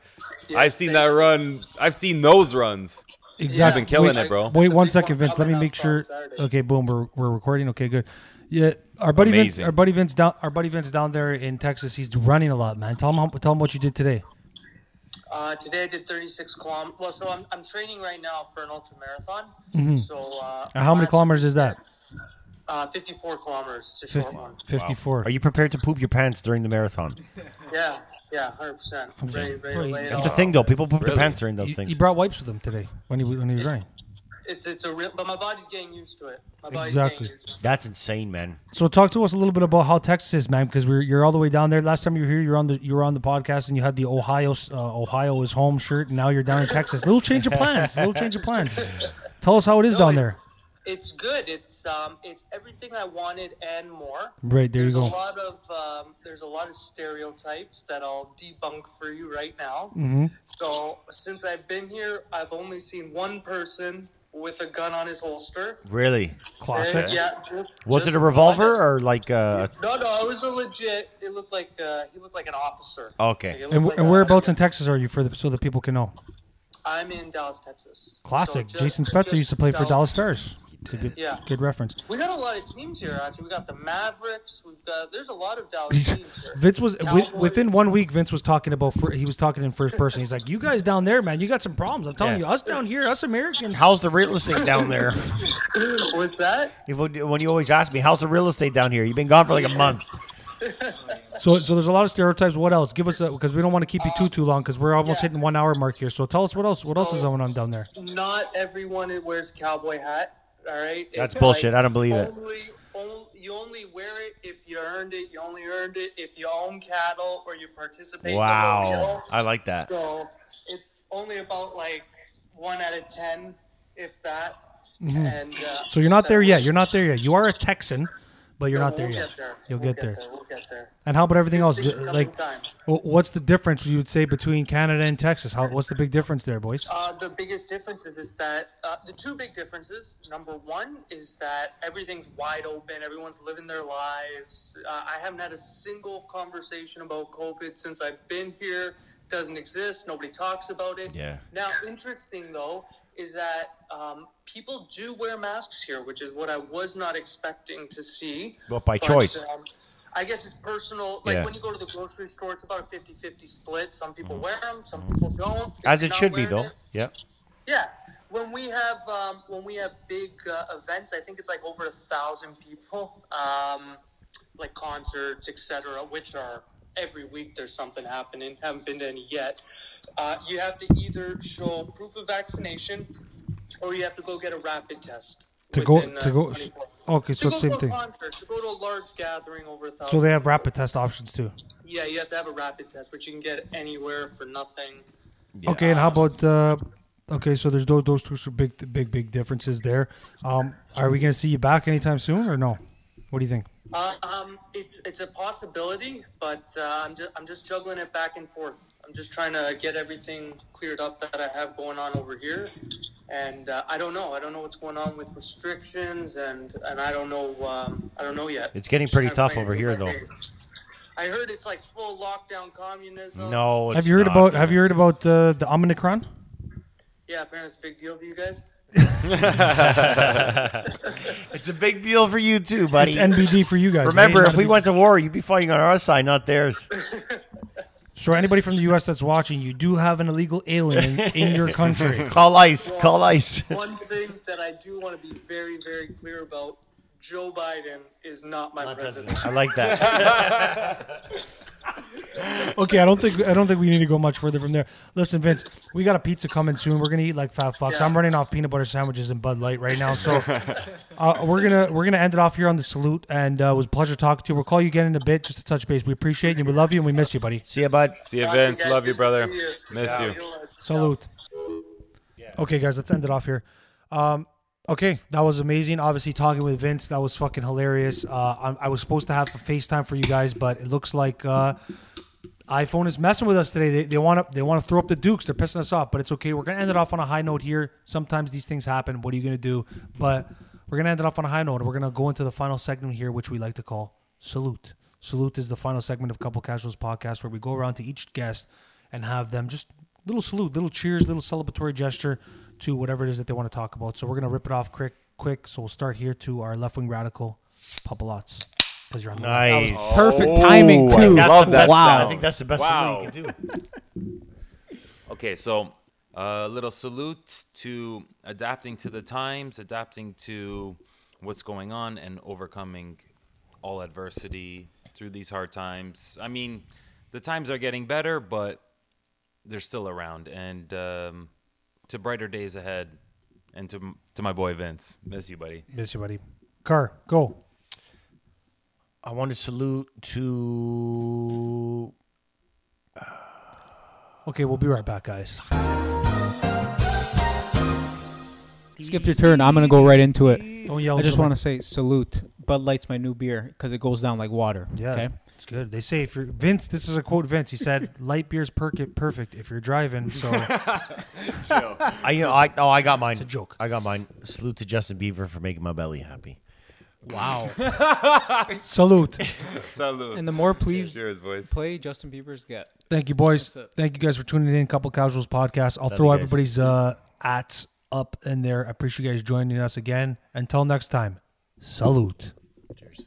B: I've seen
H: thank
B: that run. I've seen those runs.
A: Exactly.
B: You've been killing
A: Wait-
B: it, bro.
A: Wait one
H: Big
A: second,
H: one
A: Vince. Let me
H: coming
A: make
H: up on
A: sure.
H: Saturday.
A: Okay, boom. We're, we're recording. Okay, good. Yeah, our buddy Vince.
B: Amazing.
A: Our buddy Vince down. Our buddy Vince down there in Texas. He's running a lot, man. Tell him. How, tell him what you did today.
H: Uh, today I did 36 kilom. Well, so I'm, I'm training right now for an ultra marathon. So uh,
A: And Mm-hmm. how many
H: last-
A: kilometers is that?
H: Uh, 54 kilometers. It's a short
A: 50,
H: one.
A: 54.
D: are you prepared to poop your pants during the marathon?
H: Yeah, yeah, 100. percent Ready, ready to lay it
D: That's a
H: on.
D: thing, though. People poop their
B: Really?
D: pants during those
A: He,
D: things.
A: he brought wipes with him today when he when he was running.
H: It's it's a real, but my body's getting used to it. My body's
A: Exactly.
H: getting used to it.
D: That's insane, man.
A: So talk to us a little bit about how Texas is, man, because we're you're all the way down there. Last time you were here, you were on the you were on the podcast, and you had the Ohio uh, Ohio is home shirt, and now you're down in Texas. Little change of plans, little change of plans. Tell us how it is
H: No,
A: down there.
H: it's- It's good. It's um, it's everything I wanted and more.
A: Right there, you
H: there's
A: go.
H: a lot of um, there's a lot of stereotypes that I'll debunk for you right now.
A: Mm-hmm.
H: So since I've been here, I've only seen one person with a gun on his holster.
D: Really?
A: Classic.
H: And, yeah. just-
D: Was
H: just
D: it a revolver or like uh
H: No, no, it was a legit. It looked like uh, he looked like an officer. Like, it
D: Okay.
H: looked
A: And,
H: like
A: and
H: a-
A: whereabouts in Texas are you for the so that people can know?
H: I'm in Dallas, Texas.
A: Classic.
H: So just-
A: Jason Spezza used to play for
H: just
A: Dallas Stars. It's a good,
H: Yeah.
A: good reference.
H: We got a lot of teams here. Actually, we got the Mavericks. We've got there's a lot of Dallas teams here.
A: Vince was wi-
H: Cowboys.
A: within one week. Vince was talking about fir- he was talking in first person. He's like, "You guys down there, man, you got some problems. I'm telling
D: Yeah.
A: you, us down here, us Americans."
D: How's the real estate down there?
H: What's that?
D: If- when you always ask me, how's the real estate down here? You've been gone for like a month.
A: So, so there's a lot of stereotypes. What else? Give us a because we don't want to keep you too too long because we're almost
H: yes.
A: hitting one hour mark here. So tell us what else. What else is going on down there?
H: Not everyone that wears a cowboy hat. All right.
D: That's
H: It's
D: bullshit.
H: like
D: I don't believe it.
H: Only, only, you only wear it if you earned it. You only earned it if you own cattle or you participate. in the
D: Wow.
H: rodeo.
D: I like that.
H: So it's only about like one out of ten, if that. And uh,
D: Mm-hmm.
A: So you're not there yet. You're not there yet. You are a Texan, but you're
H: No,
A: not there
H: we'll
A: yet.
H: Get there.
A: You'll
H: we'll
A: get there.
H: We'll get there.
A: And how about everything else?
H: Please come
A: Like,
H: in time.
A: wh- what's the difference you would say between Canada and Texas? How what's the big difference there, boys?
H: Uh, the biggest differences is that uh, the two big differences. Number one is that everything's wide open. Everyone's living their lives. Uh, I haven't had a single conversation about COVID since I've been here. Doesn't exist. Nobody talks about it.
D: Yeah.
H: Now, interesting though is that um, people do wear masks here, which is what I was not expecting to see.
D: But by choice.
H: Um, I guess it's personal. Like
D: Yeah.
H: when you go to the grocery store, it's about a 50-50 split. Some people wear them, some people don't. If
D: Mm-hmm. As
H: you're
D: it
H: not
D: should be,
H: wearing
D: though.
H: it-
D: Yeah.
H: yeah, when we have um, when we have big uh, events, I think it's like over a thousand people, um, like concerts, etc., which are every week there's something happening. Haven't been to any yet. Uh, you have to either show proof of vaccination, or you have to go get a rapid test.
A: To go
H: within, uh,
A: to go.
H: 24.
A: Okay, so
H: To
A: it's
H: go
A: same
H: to a
A: thing.
H: concert, to go to a large gathering over a thousand.
A: So they have rapid test options too.
H: Yeah, you have to have a rapid test, which you can get anywhere for nothing.
A: Okay, and how about uh, okay? So there's those those two sort of big big big differences there. Um, are we gonna see you back anytime soon or no? What do you think?
H: Uh, um, it, it's a possibility, but uh, I'm, just, I'm just juggling it back and forth. I'm just trying to get everything cleared up that I have going on over here, and uh, I don't know. I don't know what's going on with restrictions, and and I don't know. Um, I don't know yet.
D: It's getting pretty
H: Just kinda
D: tough
H: playing
D: over
H: it
D: here,
H: safe.
D: though.
H: I heard it's like full lockdown communism.
D: No.
A: have you heard about Have you heard about the the Omicron?
H: Yeah, apparently it's a big deal to you guys.
D: It's a big deal for you too, buddy.
A: It's NBD for you guys.
D: Remember,
A: Ain't
D: if we
A: nothing-
D: went to war, you'd be fighting on our side, not theirs.
A: so anybody from the U.S. that's watching, you do have an illegal alien in, in your country.
D: Call ice. Call ice.
H: One thing that I do want to be very very clear about: Joe Biden is not my president.
D: I like that.
A: Okay, I don't think I don't think we need to go much further from there. Listen, Vince, we got a pizza coming soon. We're gonna eat like fat fucks.
H: Yeah.
A: I'm running off peanut butter sandwiches and Bud Light right now, so uh, we're gonna we're gonna end it off here on the salute. And uh, it was a pleasure talking to you. We'll call you again in a bit just to touch base. We appreciate you. We love you and we miss you, buddy.
D: See ya, bud.
B: See you,
H: Dr.
B: Vince.
H: Guy,
B: Love you,
H: good to
B: brother.
H: see
B: Miss you.
A: Salute. Okay, guys, let's end it off here. Um, okay, that was amazing. Obviously, talking with Vince, that was fucking hilarious. Uh, I, I was supposed to have a FaceTime for you guys, but it looks like uh, iPhone is messing with us today. They, they want to they want to throw up the Dukes. They're pissing us off, but it's okay. We're gonna end it off on a high note here. Sometimes these things happen. What are you gonna do? But we're gonna end it off on a high note. We're gonna go into the final segment here, which we like to call salute. Salute is the final segment of Couple Casuals podcast where we go around to each guest and have them just little salute, little cheers, little celebratory gesture to whatever it is that they want to talk about. So we're gonna rip it off quick, quick. So we'll start here to our left wing radical, Papalots, because you're on the left.
D: Nice.
C: Perfect timing
B: Oh, I
C: too.
B: love that
C: wow.
D: I think that's the best
B: Wow.
D: thing you can do.
B: Okay, so uh, a little salute to adapting to the times, adapting to what's going on, and overcoming all adversity through these hard times. I mean, the times are getting better, but they're still around, and um, to brighter days ahead. And to m- to my boy Vince, miss you, buddy.
A: Miss you, buddy. Car, go.
D: I want to salute to.
A: Okay, we'll be right back, guys.
C: Skip your turn. I'm gonna go right into it.
A: Don't yell.
C: I just
A: into
C: want to say salute. Bud Light's my new beer because it goes down like water.
A: Yeah,
C: Okay.
A: it's good. They say if you're Vince, this is a quote. Vince, he said, "Light beer's perk- perfect if you're driving." So
D: I, you know, I, oh, I got mine. It's
A: a joke.
D: I got mine. Salute to Justin Bieber for making my belly happy.
C: Wow.
A: salute.
B: Salute.
C: and the more plebes
B: boys.
C: play, Justin Bieber's get.
A: Thank you, boys.
C: That's it.
A: Thank you guys for tuning in. Couple Casuals podcast. I'll
D: Love
A: throw
D: you guys.
A: everybody's uh, ats up in there. I appreciate you guys joining us again. Until next time, salute.
D: Cheers.